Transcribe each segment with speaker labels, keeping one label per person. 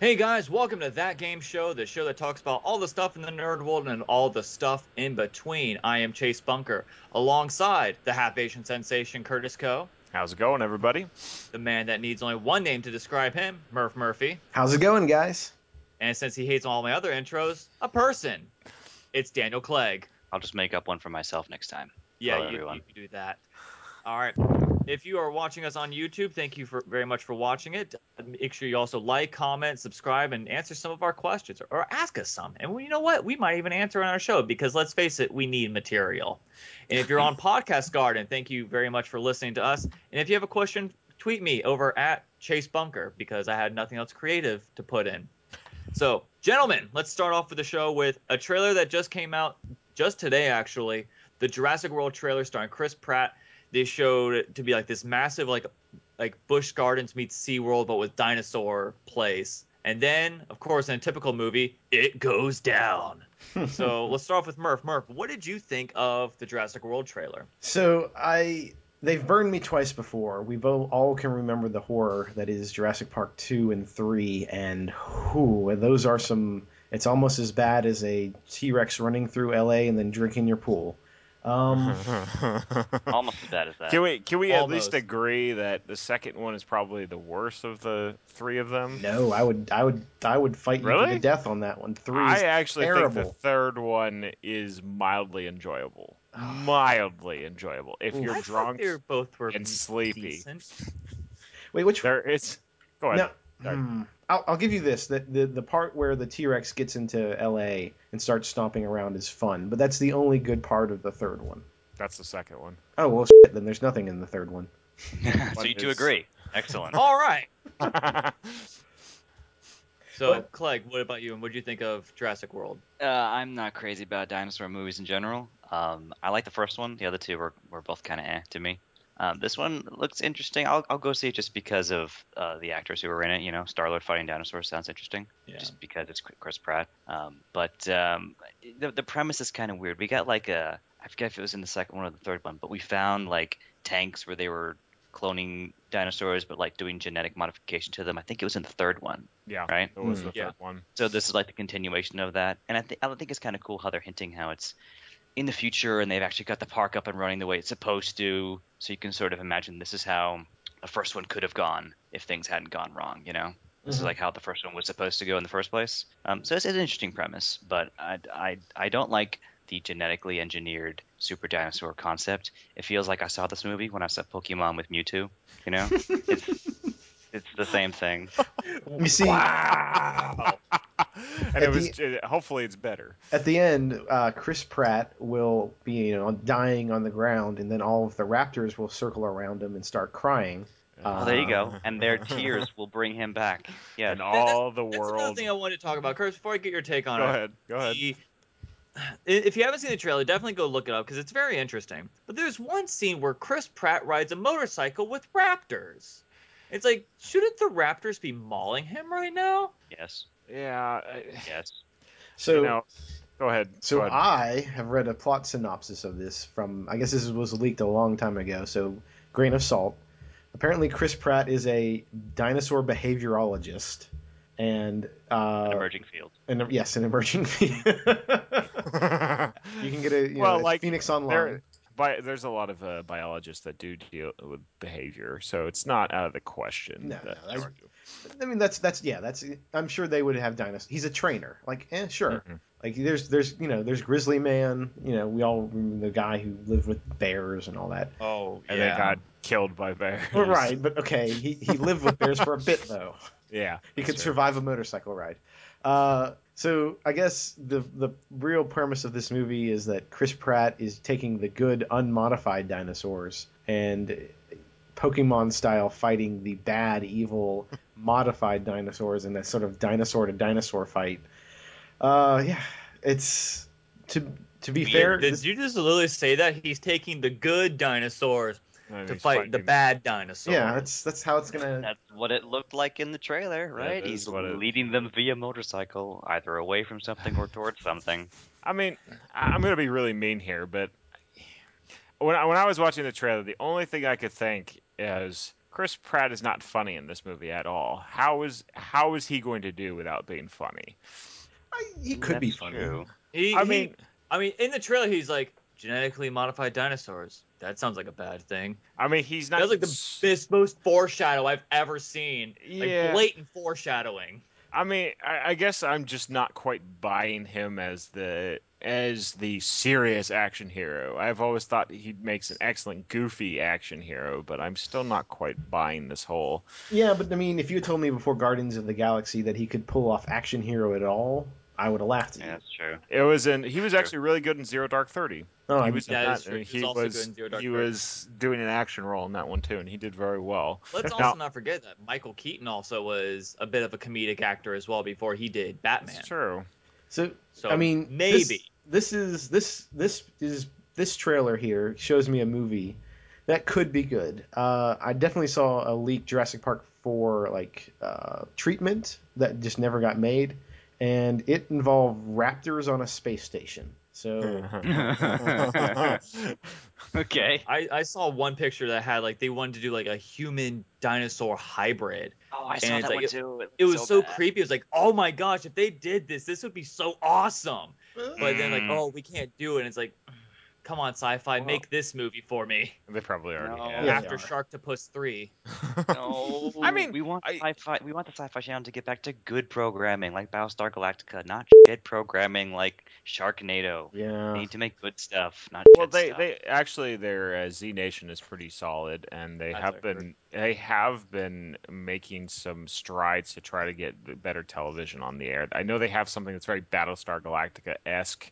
Speaker 1: Hey guys, welcome to That Game Show, the show that talks about all the stuff in the nerd world and all the stuff in between. I am Chase Bunker, alongside the half Asian sensation Curtis Coe,
Speaker 2: How's it going, everybody?
Speaker 1: the man that needs only one name to describe him, Murph Murphy,
Speaker 3: How's it going, guys?
Speaker 1: and since he hates all my other intros, a person. It's Daniel Clegg.
Speaker 4: I'll just make up one for myself next time.
Speaker 1: Yeah,
Speaker 4: Hello,
Speaker 1: you,
Speaker 4: everyone.
Speaker 1: you can do that. All right. If you are watching us on YouTube, thank you for very much for watching it. Make sure you also like, comment, subscribe, and answer some of our questions or, or ask us some. And we, you know what? We might even answer on our show because let's face it, we need material. And if you're on Podcast Garden, thank you very much for listening to us. And if you have a question, tweet me over at Chase Bunker because I had nothing else creative to put in. So, gentlemen, let's start off with the show with a trailer that just came out just today, actually. The Jurassic World trailer starring Chris Pratt. They showed it to be like this massive, like, like Busch Gardens meets SeaWorld, but with dinosaur place. And then, of course, in a typical movie, it goes down. so let's start off with Murph. Murph, what did you think of the Jurassic World trailer?
Speaker 3: So I they've burned me twice before. We bo- all can remember the horror that is Jurassic Park 2 and 3 and who those are some it's almost as bad as a T-Rex running through LA and then drinking your pool. Um
Speaker 2: can
Speaker 4: Almost as bad as that.
Speaker 2: we can we at least
Speaker 1: Almost.
Speaker 2: agree that the second one is probably the worst of the three of them?
Speaker 3: no, I would I would I would fight you to
Speaker 2: Really?
Speaker 3: the death on that one. 3
Speaker 2: I
Speaker 3: is-
Speaker 2: actually think the
Speaker 3: terrible.
Speaker 2: third one is mildly enjoyable. mildly enjoyable if you're
Speaker 1: I thought
Speaker 2: drunk.
Speaker 1: they were both were
Speaker 2: and sleepy.
Speaker 1: decent.
Speaker 3: Wait, which
Speaker 2: There is go ahead.
Speaker 3: No,
Speaker 2: Sorry.
Speaker 3: hmm. I'll, I'll give you this: the, the the part where the T Rex gets into L.A. and starts stomping around is fun, but that's the only good part of the third one.
Speaker 2: That's the second one.
Speaker 3: Oh well, shit, then there's nothing in the third one.
Speaker 4: so
Speaker 2: What
Speaker 4: you two
Speaker 2: is-
Speaker 4: agree. Excellent.
Speaker 1: All right.
Speaker 2: I
Speaker 1: So,
Speaker 3: But-
Speaker 1: Clegg, what about you? And what did you think of Jurassic World?
Speaker 4: Uh, I'm not crazy about dinosaur movies in general. Um, I like the first one. The other two were, were both kind of eh to me. Um, this one looks interesting. I'll, I'll go see it just because of uh, the actors who were in it. You know, Star-Lord fighting dinosaurs sounds interesting.
Speaker 1: Yeah.
Speaker 4: just because it's Chris- Chris Pratt. Um, but um, the, the premise is kind of weird. We got like a I forget if it was in the second one or the third one, but we found like tanks where they were cloning dinosaurs, but like doing genetic modification to them. I think it was in the third one,
Speaker 2: yeah.
Speaker 4: right?
Speaker 2: It was
Speaker 3: Hmm.
Speaker 2: the
Speaker 1: Yeah.
Speaker 2: third one.
Speaker 4: So this is like the continuation of that, and I think I think it's kind of cool how they're hinting how it's in the future, and they've actually got the park up and running the way it's supposed to. So you can sort of imagine this is how the first one could have gone if things hadn't gone wrong, you know. This is
Speaker 3: Mhm.
Speaker 4: like how the first one was supposed to go in the first place. Um, so it's, it's an interesting premise, but I, I, I don't like the genetically engineered super dinosaur concept. It feels like I saw this movie when I saw Pokemon with Mewtwo. You know, it's, it's the same thing.
Speaker 3: You see,
Speaker 2: Wow. and
Speaker 3: At
Speaker 2: it was hopefully it's better.
Speaker 3: at the end, uh, Chris Pratt will be you know dying on the ground, and then all of the raptors will circle around him and start crying.
Speaker 4: Well, Oh, there you go.
Speaker 2: Ah.
Speaker 4: And their tears will bring him back. Yeah.
Speaker 2: and Uh, all the
Speaker 1: That's another
Speaker 2: world.
Speaker 1: thing I wanted to talk about, Curtis. Before I get your take on
Speaker 2: Go
Speaker 1: it,
Speaker 2: ahead. Go ahead.
Speaker 1: the- if you haven't seen the trailer, definitely go look it up because it's very interesting. But there's one scene where Chris Pratt rides a motorcycle with raptors. It's like, shouldn't the raptors be mauling him right now?
Speaker 4: Yes.
Speaker 2: Yeah.
Speaker 4: Yes.
Speaker 3: So.
Speaker 2: you know, go ahead.
Speaker 3: So
Speaker 2: go ahead.
Speaker 3: I have read a plot synopsis of this from I guess this was leaked a long time ago, so grain of salt. Apparently, Chris Pratt is a dinosaur behaviorologist, and
Speaker 4: An
Speaker 3: uh,
Speaker 4: emerging field.
Speaker 3: an, yes, an emerging. you can get a you
Speaker 2: Well,
Speaker 3: know,
Speaker 2: like,
Speaker 3: like Phoenix Online.
Speaker 2: there, bi- there's a lot of uh, biologists that do deal with behavior, so it's not out of the question.
Speaker 3: No,
Speaker 2: that
Speaker 3: no, that's-
Speaker 2: they do.
Speaker 3: I mean, that's that's yeah, that's I'm sure they would have dinosaurs. He's a trainer, like eh, sure.
Speaker 2: Mm-hmm.
Speaker 3: Like there's there's you know there's Grizzly Man, you know we all remember the guy who lived with bears and all that.
Speaker 1: Oh,
Speaker 2: and they got killed by bears.
Speaker 3: Well, right, but okay, he, he lived with bears for a bit though.
Speaker 2: Yeah.
Speaker 3: He could
Speaker 2: sure.
Speaker 3: survive a motorcycle ride. Uh, so I guess the the real premise of this movie is that Chris Pratt is taking the good unmodified dinosaurs and Pokemon style fighting the bad evil modified dinosaurs in a sort of dinosaur to dinosaur fight. Uh, yeah, it's to to be fair.
Speaker 1: Did
Speaker 3: this-
Speaker 1: you just literally say that he's taking the good dinosaurs
Speaker 2: And
Speaker 1: to
Speaker 2: he's
Speaker 1: fight
Speaker 2: fighting-
Speaker 1: the bad dinosaurs?
Speaker 3: yeah, that's that's how it's gonna.
Speaker 4: That's what it looked like in the trailer, right?
Speaker 2: is
Speaker 4: He's
Speaker 2: what it-
Speaker 4: leading them via motorcycle, either away from something or towards something.
Speaker 2: I mean, I- I'm gonna be really mean here, but when I, when I was watching the trailer, the only thing I could think is Chris Pratt is not funny in this movie at all. How is how is he going to do without being funny?
Speaker 3: I, he could be
Speaker 4: That's
Speaker 3: funny.
Speaker 4: true.
Speaker 1: He,
Speaker 2: I
Speaker 1: he-
Speaker 2: mean,
Speaker 1: I mean, in the trailer, he's like genetically modified dinosaurs. That sounds like a bad thing.
Speaker 2: I mean, he's not.
Speaker 1: That's like the best, most foreshadow I've ever seen. Like
Speaker 2: Yeah.
Speaker 1: blatant foreshadowing.
Speaker 2: I mean, I, I guess I'm just not quite buying him as the as the serious action hero. I've always thought he makes an excellent goofy action hero, but I'm still not quite buying this whole.
Speaker 3: Yeah, but I mean, if you had told me before Guardians of the Galaxy that he could pull off action hero at all, I would have laughed at you.
Speaker 4: Yeah, that's true.
Speaker 2: It was in. He was
Speaker 4: Sure.
Speaker 2: actually really good in Zero Dark Thirty.
Speaker 3: Oh,
Speaker 2: he
Speaker 3: I-
Speaker 2: was in
Speaker 1: That
Speaker 2: that,
Speaker 1: is true.
Speaker 2: and
Speaker 1: He was
Speaker 2: He
Speaker 1: also
Speaker 2: was,
Speaker 1: good in Zero Dark
Speaker 2: he
Speaker 1: Thirty.
Speaker 2: was doing an action role in that one too, and he did very well.
Speaker 1: Let's also not forget that Michael Keaton also was a bit of a comedic actor as well before he did Batman.
Speaker 2: That's true.
Speaker 3: so
Speaker 1: So
Speaker 3: I mean,
Speaker 1: maybe.
Speaker 3: this, this is this this is this trailer here shows me a movie that could be good. Uh, I definitely saw a leak Jurassic Park for like uh, treatment that just never got made, and it involved raptors on a space station. So
Speaker 4: okay.
Speaker 1: I, I saw one picture that had like they wanted to do like a human dinosaur hybrid.
Speaker 4: Oh, I
Speaker 1: saw And it's that like one it-
Speaker 4: too.
Speaker 1: It was so, creepy. It was like, oh my gosh, if they did this, this would be so awesome. But then like,
Speaker 4: Mm.
Speaker 1: oh, we can't do it. And it's like, come on, sci-fi,
Speaker 4: Well-
Speaker 1: make this movie for me
Speaker 2: they probably already
Speaker 4: No.
Speaker 2: have.
Speaker 3: Yeah,
Speaker 1: after
Speaker 3: they are.
Speaker 1: Sharktopus three.
Speaker 4: No,
Speaker 2: I mean,
Speaker 4: we want
Speaker 2: I-
Speaker 4: sci-fi. We want the Sci-Fi Channel to get back to good programming, like Battlestar Galactica, not shit programming like Sharknado. They
Speaker 3: yeah,
Speaker 4: need to make good stuff, not
Speaker 2: Well,
Speaker 4: shit
Speaker 2: they,
Speaker 4: stuff.
Speaker 2: they actually their uh, Z Nation is pretty solid, and they
Speaker 1: That's
Speaker 2: have
Speaker 1: what I heard.
Speaker 2: been they have been making some strides to try to get the better television on the air. I know they have something that's very Battlestar Galactica esque.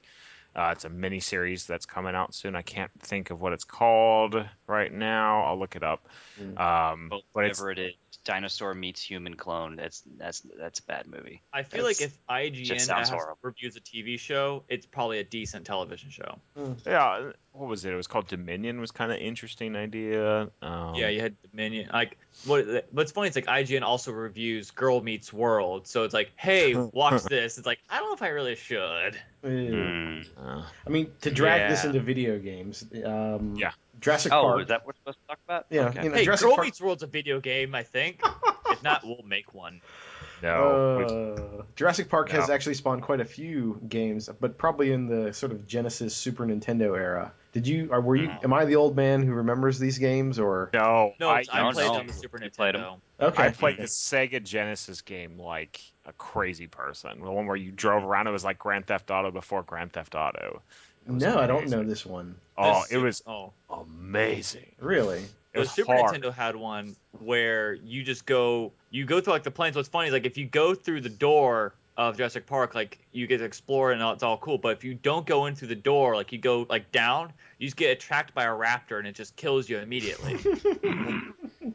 Speaker 2: Uh, it's a mini series that's coming out soon. I can't think of what it's called right now. I'll look it up.
Speaker 3: Mm.
Speaker 2: Um,
Speaker 4: But
Speaker 2: but it's
Speaker 4: whatever it is, dinosaur meets human clone. That's that's that's a bad movie.
Speaker 1: I feel like
Speaker 4: That's-
Speaker 1: if IGN
Speaker 4: sounds
Speaker 1: has-
Speaker 4: horrible.
Speaker 1: reviews a TV show, it's probably a decent television show.
Speaker 3: Hmm.
Speaker 2: yeah. What was it? It was called Dominion. Was kind of interesting idea. Um,
Speaker 1: yeah, you had Dominion. Like, what? What's funny? It's like IGN also reviews Girl Meets World, so it's like, hey, watch this. It's like, I don't know if I really should.
Speaker 3: Ew.
Speaker 4: Mm.
Speaker 2: uh,
Speaker 3: I mean, to drag this
Speaker 4: Yeah.
Speaker 3: into video games. Um,
Speaker 2: Yeah.
Speaker 3: Jurassic
Speaker 4: Oh,
Speaker 3: Park.
Speaker 4: is that what we're supposed to talk about?
Speaker 3: Yeah,
Speaker 4: Okay.
Speaker 3: you know,
Speaker 1: Hey,
Speaker 3: Jurassic
Speaker 1: Girl
Speaker 3: Park-
Speaker 1: Meets World's a video game, I think. if not, we'll make one.
Speaker 2: no.
Speaker 4: Oh,
Speaker 2: we've-
Speaker 3: Uh, Jurassic Park has
Speaker 2: No.
Speaker 3: actually spawned quite a few games, but probably in the sort of Genesis Super Nintendo era. Did you? Or were you?
Speaker 4: Mm.
Speaker 3: Am I the old man who remembers these games? Or
Speaker 2: no,
Speaker 1: No,
Speaker 2: I,
Speaker 1: it's- I,
Speaker 4: don't
Speaker 1: played it
Speaker 4: know.
Speaker 1: on the Super
Speaker 4: You played 'em?
Speaker 1: Nintendo.
Speaker 3: okay,
Speaker 2: I played the Sega Genesis game like a crazy person. The one where you drove around. It was like Grand Theft Auto before Grand Theft Auto. It was
Speaker 3: No, I don't
Speaker 2: amazing.
Speaker 3: know this one.
Speaker 2: Oh,
Speaker 1: This
Speaker 2: it
Speaker 1: Sup-
Speaker 2: was
Speaker 1: Oh,
Speaker 2: amazing.
Speaker 3: Really?
Speaker 2: It was
Speaker 1: the Super
Speaker 2: hard.
Speaker 1: Nintendo had one where you just go, you go through like the planes. What's funny is like if you go through the door of Jurassic Park, like you get to explore and it's all cool. But if you don't go in through the door, like you go like down, you just get attacked by a raptor and it just kills you immediately.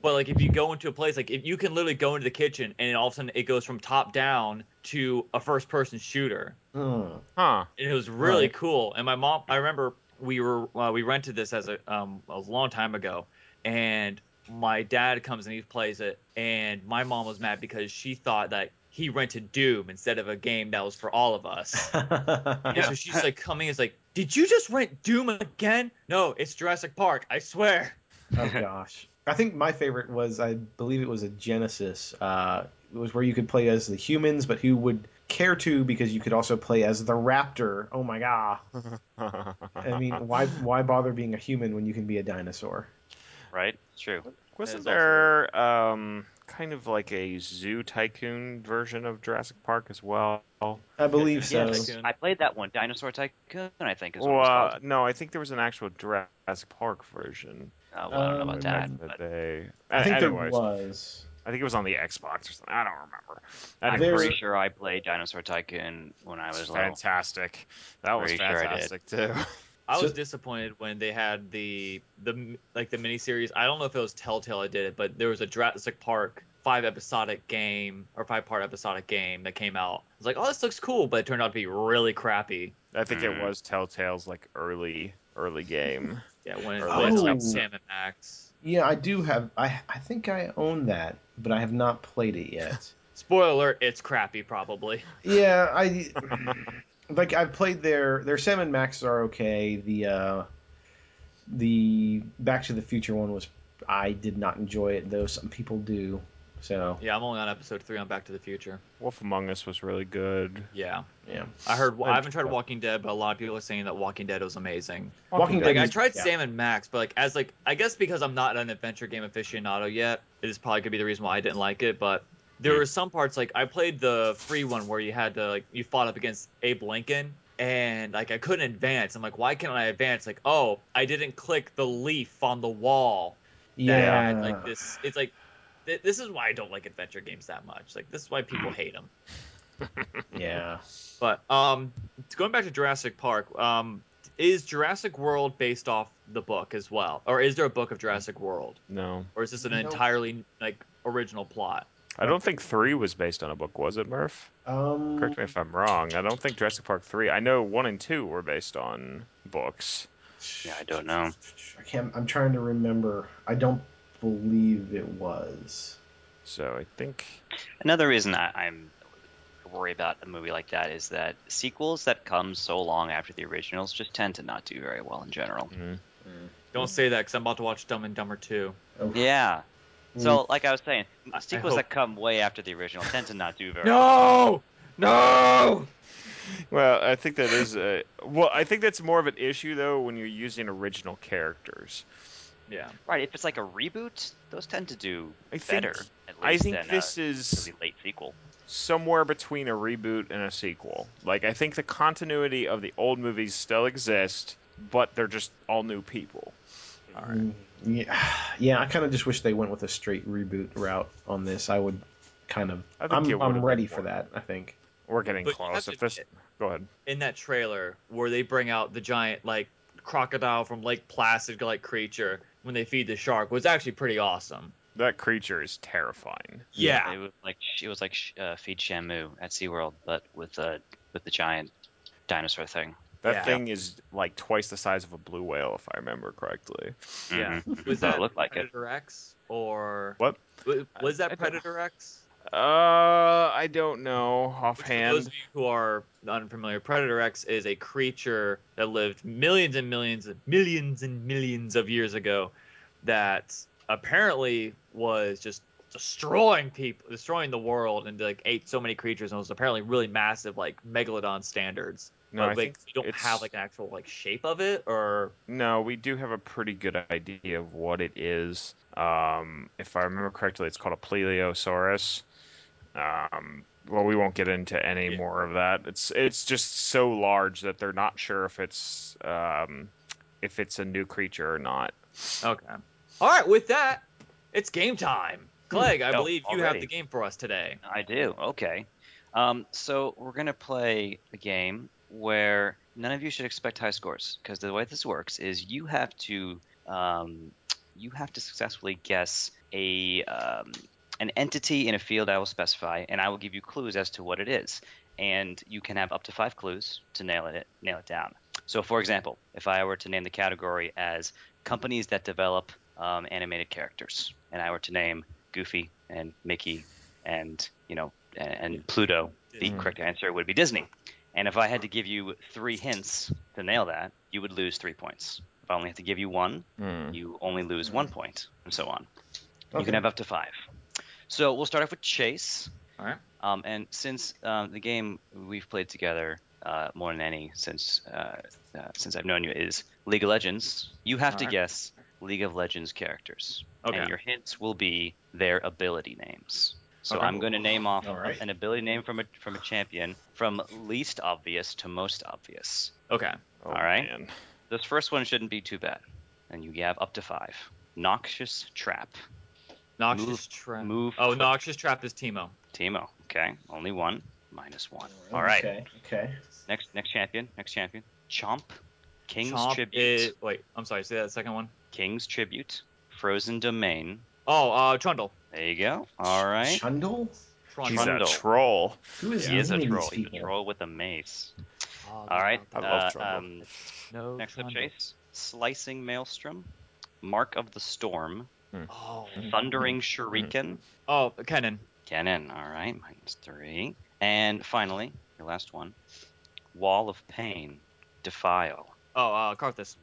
Speaker 1: but like if you go into a place, like if you can literally go into the kitchen and all of a sudden it goes from top down to a first person shooter
Speaker 3: Hmm.
Speaker 2: Huh?
Speaker 1: and it was really
Speaker 3: Right.
Speaker 1: cool. And my mom, I remember we were uh, we rented this as a um a long time ago, and my dad comes and he plays it, and my mom was mad because she thought that he rented Doom instead of a game that was for all of us. And so she's like coming is like, did you just rent Doom again? No, it's Jurassic Park. I swear.
Speaker 3: oh gosh. I think my favorite was I believe it was a Genesis. Uh, it was where you could play as the humans, but who would care to because you could also play as the raptor. Oh my god! I mean, why why bother being a human when you can be a dinosaur?
Speaker 4: Right. It's True.
Speaker 2: wasn't
Speaker 1: That is also
Speaker 2: there um kind of like a zoo tycoon version of Jurassic Park as well?
Speaker 3: I believe so.
Speaker 1: Yeah, Tycoon.
Speaker 4: I played that one, Dinosaur Tycoon. I think is what
Speaker 2: Well,
Speaker 4: it's
Speaker 2: uh,
Speaker 4: called.
Speaker 2: no, I think there was an actual Jurassic Park version.
Speaker 4: Uh, well, I don't know
Speaker 3: um,
Speaker 4: about
Speaker 2: back in
Speaker 4: that.
Speaker 2: the
Speaker 4: But
Speaker 2: day.
Speaker 3: I think there
Speaker 2: Anyways.
Speaker 3: was.
Speaker 2: I think it was on the Xbox or something. I don't remember.
Speaker 4: I'm
Speaker 3: There's-
Speaker 4: pretty sure I played Dinosaur Tycoon when I was little.
Speaker 2: fantastic. That was
Speaker 4: Pretty sure I did.
Speaker 2: fantastic too.
Speaker 1: I was
Speaker 3: So-
Speaker 1: disappointed when they had the the like the miniseries. I don't know if it was Telltale that did it, but there was a Jurassic Park five episodic game or five part episodic game that came out. I was like, oh, this looks cool, but it turned out to be really crappy.
Speaker 2: I think it
Speaker 4: Mm.
Speaker 2: was Telltale's like early early game.
Speaker 1: Yeah, when it
Speaker 2: Or
Speaker 1: was
Speaker 3: like-
Speaker 1: like Sam and Max.
Speaker 3: Yeah, I do have. I I think I own that, but I have not played it yet.
Speaker 1: Spoiler alert, it's crappy probably.
Speaker 3: yeah, I like I played their their Sam and Max are okay. The uh, the Back to the Future one was I did not enjoy it, though some people do. So
Speaker 1: Yeah, I'm only on episode three on Back to the Future.
Speaker 2: Wolf Among Us was really good.
Speaker 1: Yeah,
Speaker 3: yeah,
Speaker 1: I heard.
Speaker 2: I-
Speaker 1: I haven't tried Walking Dead, but a lot of people are saying that Walking Dead was amazing.
Speaker 3: Walking
Speaker 1: Like
Speaker 3: Dead
Speaker 1: I
Speaker 3: is-
Speaker 1: tried
Speaker 3: yeah.
Speaker 1: Sam and Max, but like as like I guess because I'm not an adventure game aficionado yet, it is probably could be the reason why I didn't like it. But there
Speaker 2: Hmm.
Speaker 1: were some parts like I played the free one where you had to like you fought up against Abe Lincoln and like I couldn't advance. I'm like, why can't I advance? Like, oh, I didn't click the leaf on the wall. that
Speaker 3: yeah.
Speaker 1: had, like this, it's like th- this is why I don't like adventure games that much. Like this is why people
Speaker 3: Hmm.
Speaker 1: hate them.
Speaker 3: yeah.
Speaker 1: But um, going back to Jurassic Park, um, is Jurassic World based off the book as well, or is there a book of Jurassic World,
Speaker 2: No,
Speaker 1: or is this an
Speaker 3: No.
Speaker 1: entirely like original plot?
Speaker 2: I don't think three was based on a book, was it, Murph?
Speaker 3: Um,
Speaker 2: Correct me if I'm wrong. I don't think Jurassic Park three. I know one and two were based on books.
Speaker 4: Yeah, I don't know.
Speaker 3: I can't. I'm trying to remember. I don't believe it was.
Speaker 2: So I think
Speaker 4: Another reason I, I'm worry about a movie like that is that sequels that come so long after the originals just tend to not do very well in general.
Speaker 1: Don't say that because I'm about to watch Dumb and Dumber Two.
Speaker 3: Oh,
Speaker 4: Yeah.
Speaker 3: Mm.
Speaker 4: So, like I was saying,
Speaker 1: I
Speaker 4: sequels
Speaker 1: hope-
Speaker 4: that come way after the original tend to not do very
Speaker 1: No, no.
Speaker 2: Well, I think that is a well. I think that's more of an issue though when you're using original characters.
Speaker 1: Yeah,
Speaker 4: Right, if it's like a reboot, those tend to do
Speaker 2: I think-
Speaker 4: better. At least
Speaker 2: I think
Speaker 4: than uh,
Speaker 2: this
Speaker 4: a
Speaker 2: is
Speaker 4: really late sequel.
Speaker 2: somewhere between a reboot and a sequel. Like I think the continuity of the old movies still exist, but they're just all new people.
Speaker 1: all right.
Speaker 3: mm, Yeah, yeah. I kind of just wish they went with a straight reboot route on this. I would kind of.
Speaker 2: I think it
Speaker 3: I'm,
Speaker 2: would've
Speaker 3: I'm
Speaker 2: been
Speaker 3: ready
Speaker 2: more.
Speaker 3: for that. I think.
Speaker 2: We're getting
Speaker 1: But you
Speaker 2: close.
Speaker 1: have to-
Speaker 2: If this, go ahead.
Speaker 1: In that trailer where they bring out the giant like crocodile from Lake Placid like creature when they feed the shark was actually pretty awesome.
Speaker 2: That creature is terrifying.
Speaker 1: Yeah,
Speaker 4: It was like it was like uh, feed Shamu at SeaWorld, but with uh, with the giant dinosaur thing.
Speaker 2: That
Speaker 1: Yeah.
Speaker 2: thing is like twice the size of a blue whale, if I remember correctly.
Speaker 1: Yeah. was
Speaker 4: Mhm. Well, it
Speaker 1: that
Speaker 4: looked like it.
Speaker 1: Predator X or
Speaker 2: What?
Speaker 1: Wa- Was
Speaker 2: I
Speaker 1: that
Speaker 2: don't-
Speaker 1: Predator X?
Speaker 2: Uh, I don't know
Speaker 1: Which, for those
Speaker 2: offhand.
Speaker 1: of you who are unfamiliar, Predator X is a creature that lived millions and millions and millions and millions of years ago that apparently was just destroying people, destroying the world, and like ate so many creatures and was apparently really massive, like megalodon standards.
Speaker 2: No, I
Speaker 1: but like
Speaker 2: think
Speaker 1: you don't
Speaker 2: it's-
Speaker 1: have like an actual like shape of it, or
Speaker 2: No, we do have a pretty good idea of what it is. Um, if I remember correctly, it's called a Plesiosaurus. Um, well, we won't get into any
Speaker 1: Yeah.
Speaker 2: more of that. It's it's just so large that they're not sure if it's um, if it's a new creature or not.
Speaker 1: okay. All right, with that, it's game time.
Speaker 2: Hmm.
Speaker 1: Clegg, I
Speaker 4: Oh,
Speaker 1: believe you have
Speaker 4: already.
Speaker 1: the game for us today.
Speaker 4: I do. Okay. Um, so we're gonna play a game where none of you should expect high scores because the way this works is you have to um, you have to successfully guess a um, an entity in a field I will specify, and I will give you clues as to what it is, and you can have up to five clues to nail it nail it down. So, for example, if I were to name the category as companies that develop um, animated characters, and I were to name Goofy and Mickey and you know and, and Pluto, the
Speaker 2: Mhm.
Speaker 4: correct answer would be Disney. And if I had to give you three hints to nail that, you would lose three points. If I only had to give you one,
Speaker 2: Hmm.
Speaker 4: you only lose one point, and so on. You
Speaker 3: Okay.
Speaker 4: can have up to five. So we'll start off with Chase.
Speaker 1: All right.
Speaker 4: Um, and since um, the game we've played together uh, more than any since uh, uh, since I've known you is League of Legends, you have to
Speaker 1: Alright.
Speaker 4: guess League of Legends characters.
Speaker 1: Okay.
Speaker 4: And your hints will be their ability names. So
Speaker 2: Okay.
Speaker 4: I'm going to name off
Speaker 3: Alright.
Speaker 4: an ability name from a from a champion from least obvious to most obvious.
Speaker 1: Okay.
Speaker 2: Oh,
Speaker 4: All right.
Speaker 2: man.
Speaker 4: This first one shouldn't be too bad, and you have up to five. Noxious Trap,
Speaker 1: Noxious
Speaker 4: Move-
Speaker 1: Trap.
Speaker 4: move
Speaker 1: Oh,
Speaker 4: tw-
Speaker 1: Noxious Trap is Teemo.
Speaker 4: Timo. Okay, only one, minus one. All right.
Speaker 3: Okay. Okay.
Speaker 4: Next, next champion. Next champion. Chomp. King's
Speaker 1: Chomp
Speaker 4: tribute.
Speaker 1: is- wait, I'm sorry. Say that second one.
Speaker 4: King's tribute. Frozen domain.
Speaker 1: Oh, uh, Trundle.
Speaker 4: There you go. All right.
Speaker 3: Chundle?
Speaker 2: He's
Speaker 1: Trundle.
Speaker 4: Trundle.
Speaker 2: a troll.
Speaker 3: Who is
Speaker 4: He is a
Speaker 3: naming these
Speaker 4: troll. He's a
Speaker 3: people?
Speaker 4: troll with a mace.
Speaker 1: Oh,
Speaker 4: All right.
Speaker 2: I love
Speaker 4: uh,
Speaker 2: Trundle.
Speaker 4: um,
Speaker 1: no
Speaker 4: next up,
Speaker 1: Trundle.
Speaker 4: Chase. Slicing maelstrom. Mark of the storm.
Speaker 1: Oh.
Speaker 4: Thundering shuriken.
Speaker 1: Oh, Kennen.
Speaker 4: Cannon. All right. Minus three. And finally, your last one. Wall of pain. Defile.
Speaker 1: Oh, uh, Karthus.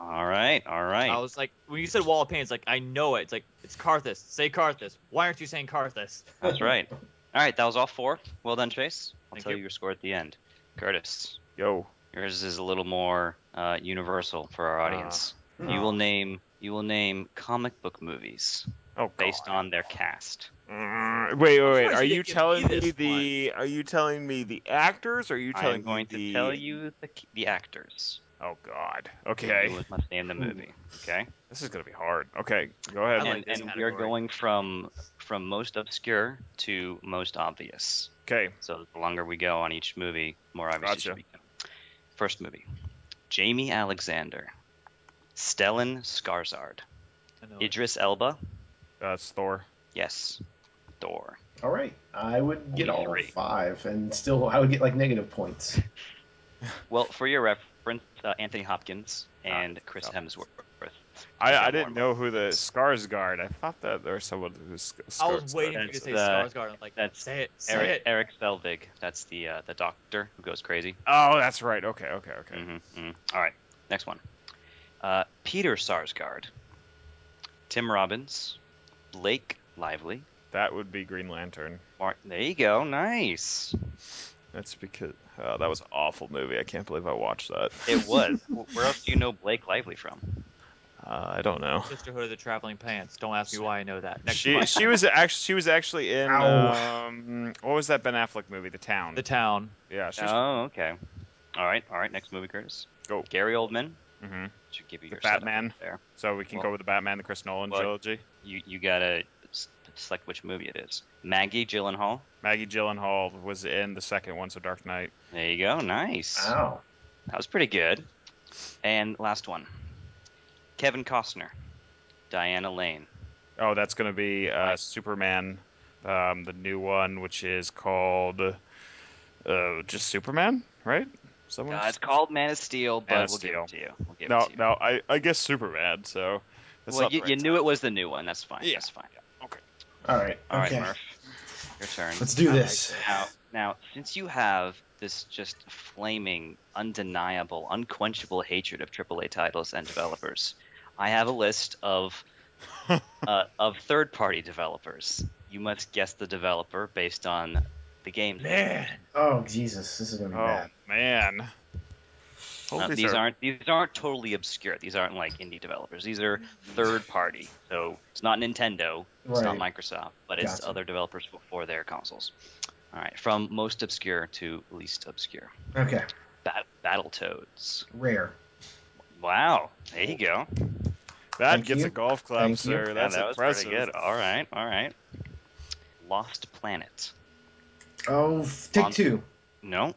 Speaker 4: All right, all right.
Speaker 1: I was like, when you said wall of pain, it's like I know it. It's like it's Karthus. Say Karthus. Why aren't you saying Karthus?
Speaker 4: That's right. All right, that was all four. Well done, Chase. I'll
Speaker 1: Thank
Speaker 4: tell
Speaker 1: you.
Speaker 4: you your score at the end. Curtis,
Speaker 2: Yo.
Speaker 4: yours is a little more uh, universal for our audience.
Speaker 2: Uh, hmm.
Speaker 4: you will name you will name comic book movies
Speaker 2: Oh,
Speaker 4: based
Speaker 2: God.
Speaker 4: on their cast.
Speaker 2: Mm, Wait, wait, wait.
Speaker 1: surprised
Speaker 2: Are
Speaker 1: you
Speaker 2: you
Speaker 1: didn't give
Speaker 2: telling
Speaker 1: me
Speaker 2: me
Speaker 1: this
Speaker 2: the? Are you telling me the actors? Or are you
Speaker 4: I
Speaker 2: telling
Speaker 4: am going
Speaker 2: me the?
Speaker 4: to tell you the the actors.
Speaker 2: Oh God.
Speaker 4: You
Speaker 2: Okay.
Speaker 4: must name the movie. Okay.
Speaker 2: This is gonna be hard. Okay, go
Speaker 1: I
Speaker 2: ahead.
Speaker 1: like
Speaker 4: and
Speaker 1: this
Speaker 4: and we are
Speaker 1: category.
Speaker 4: going from from most obscure to most obvious.
Speaker 2: Okay.
Speaker 4: So the longer we go on each movie, more obvious it
Speaker 2: Gotcha.
Speaker 4: should become. First movie, Jamie Alexander, Stellan Skarsgård,
Speaker 1: I know it.
Speaker 4: Idris Elba,
Speaker 2: That's Thor.
Speaker 4: yes, Thor,
Speaker 3: All right, I would get all
Speaker 4: Three.
Speaker 3: five, and still I would get like negative points.
Speaker 4: Well, for your reference, uh, Anthony Hopkins and
Speaker 2: Ah,
Speaker 4: Chris
Speaker 2: yeah.
Speaker 4: Hemsworth.
Speaker 2: I,
Speaker 4: Is
Speaker 2: I
Speaker 4: that
Speaker 2: didn't know
Speaker 4: normal?
Speaker 2: who the Skarsgård. I thought that there was someone who was.
Speaker 1: I was waiting for you to
Speaker 4: That's
Speaker 1: say
Speaker 4: the-
Speaker 1: Skarsgård. I'm like,
Speaker 4: that's
Speaker 1: say it, say
Speaker 4: Eric,
Speaker 1: it.
Speaker 4: Eric Selvig. That's the uh, the doctor who goes crazy.
Speaker 2: Oh, that's right. Okay, okay, okay.
Speaker 1: Mm-hmm.
Speaker 4: Mhm, mhm. All right, next one. Uh, Peter Sarsgaard, Tim Robbins, Blake Lively.
Speaker 2: That would be Green Lantern.
Speaker 4: Mark, there you go. Nice.
Speaker 2: That's because uh, that was an awful movie. I can't believe I watched that.
Speaker 4: It was. Wh- Where else do you know Blake Lively from?
Speaker 2: Uh, I don't know.
Speaker 1: Sisterhood of the Traveling Pants. Don't ask me why I know that. Next
Speaker 2: She
Speaker 1: one.
Speaker 2: she was actually she was actually in
Speaker 3: Ow.
Speaker 2: um what was that Ben Affleck movie The Town?
Speaker 1: the town.
Speaker 2: yeah, she's
Speaker 4: Oh, okay. All right, all right. Next movie, Curtis.
Speaker 2: Go.
Speaker 4: Gary Oldman
Speaker 2: hmm
Speaker 4: should give you
Speaker 2: The
Speaker 4: your setup
Speaker 2: Batman.
Speaker 4: there.
Speaker 2: So we can
Speaker 4: Well-
Speaker 2: go with the Batman, the Chris Nolan
Speaker 4: Well-
Speaker 2: trilogy.
Speaker 4: You you gotta s- select which movie it is. Maggie Gyllenhaal.
Speaker 2: Maggie Gyllenhaal was in the second one, so Dark Knight.
Speaker 4: There you go. Nice.
Speaker 2: Ah,
Speaker 3: Wow.
Speaker 4: That was pretty good. And last one. Kevin Costner, Diana Lane.
Speaker 2: Oh, that's going to be uh, Superman, um, the new one, which is called uh, just Superman, right? Someone.
Speaker 4: Uh, it's called Man of Steel, but
Speaker 2: Man of
Speaker 4: we'll
Speaker 2: Steel.
Speaker 4: give it to you. We'll give
Speaker 2: no,
Speaker 4: it to you.
Speaker 2: no, I, I guess Superman. So. that's
Speaker 4: well,
Speaker 2: not the
Speaker 4: you,
Speaker 2: right
Speaker 4: you
Speaker 2: time.
Speaker 4: knew it was the new one. That's fine.
Speaker 2: Yeah.
Speaker 4: That's fine.
Speaker 3: All right.
Speaker 4: All right,
Speaker 3: okay.
Speaker 4: Murph. Your turn.
Speaker 3: Let's do
Speaker 4: All
Speaker 3: this.
Speaker 4: right, Now, now, since you have this just flaming, undeniable, unquenchable hatred of AAA titles and developers, I have a list of uh, of third-party developers. You must guess the developer based on the game.
Speaker 1: Man.
Speaker 3: Oh Jesus, this is gonna be
Speaker 2: Oh
Speaker 3: bad.
Speaker 2: man. Hope
Speaker 4: Uh,
Speaker 2: these
Speaker 4: these
Speaker 2: are-
Speaker 4: aren't these aren't totally obscure. These aren't like indie developers. These are
Speaker 3: Mm-hmm.
Speaker 4: third-party. So it's not Nintendo. It's
Speaker 3: Right.
Speaker 4: not Microsoft, but it's
Speaker 3: Gotcha.
Speaker 4: other developers for- for their consoles. All right, from most obscure to least obscure.
Speaker 3: Okay.
Speaker 4: Bat- Battletoads.
Speaker 3: Rare.
Speaker 4: Wow, there you go.
Speaker 2: that
Speaker 3: Thank
Speaker 2: gets
Speaker 3: you.
Speaker 2: a golf clap,
Speaker 3: Thank you.
Speaker 2: sir.
Speaker 4: Yeah,
Speaker 2: That's
Speaker 4: that was
Speaker 2: impressive.
Speaker 4: pretty good. All right, all right. Lost Planet.
Speaker 3: Oh, f- take
Speaker 4: Mon-
Speaker 3: two. Oh,
Speaker 4: No.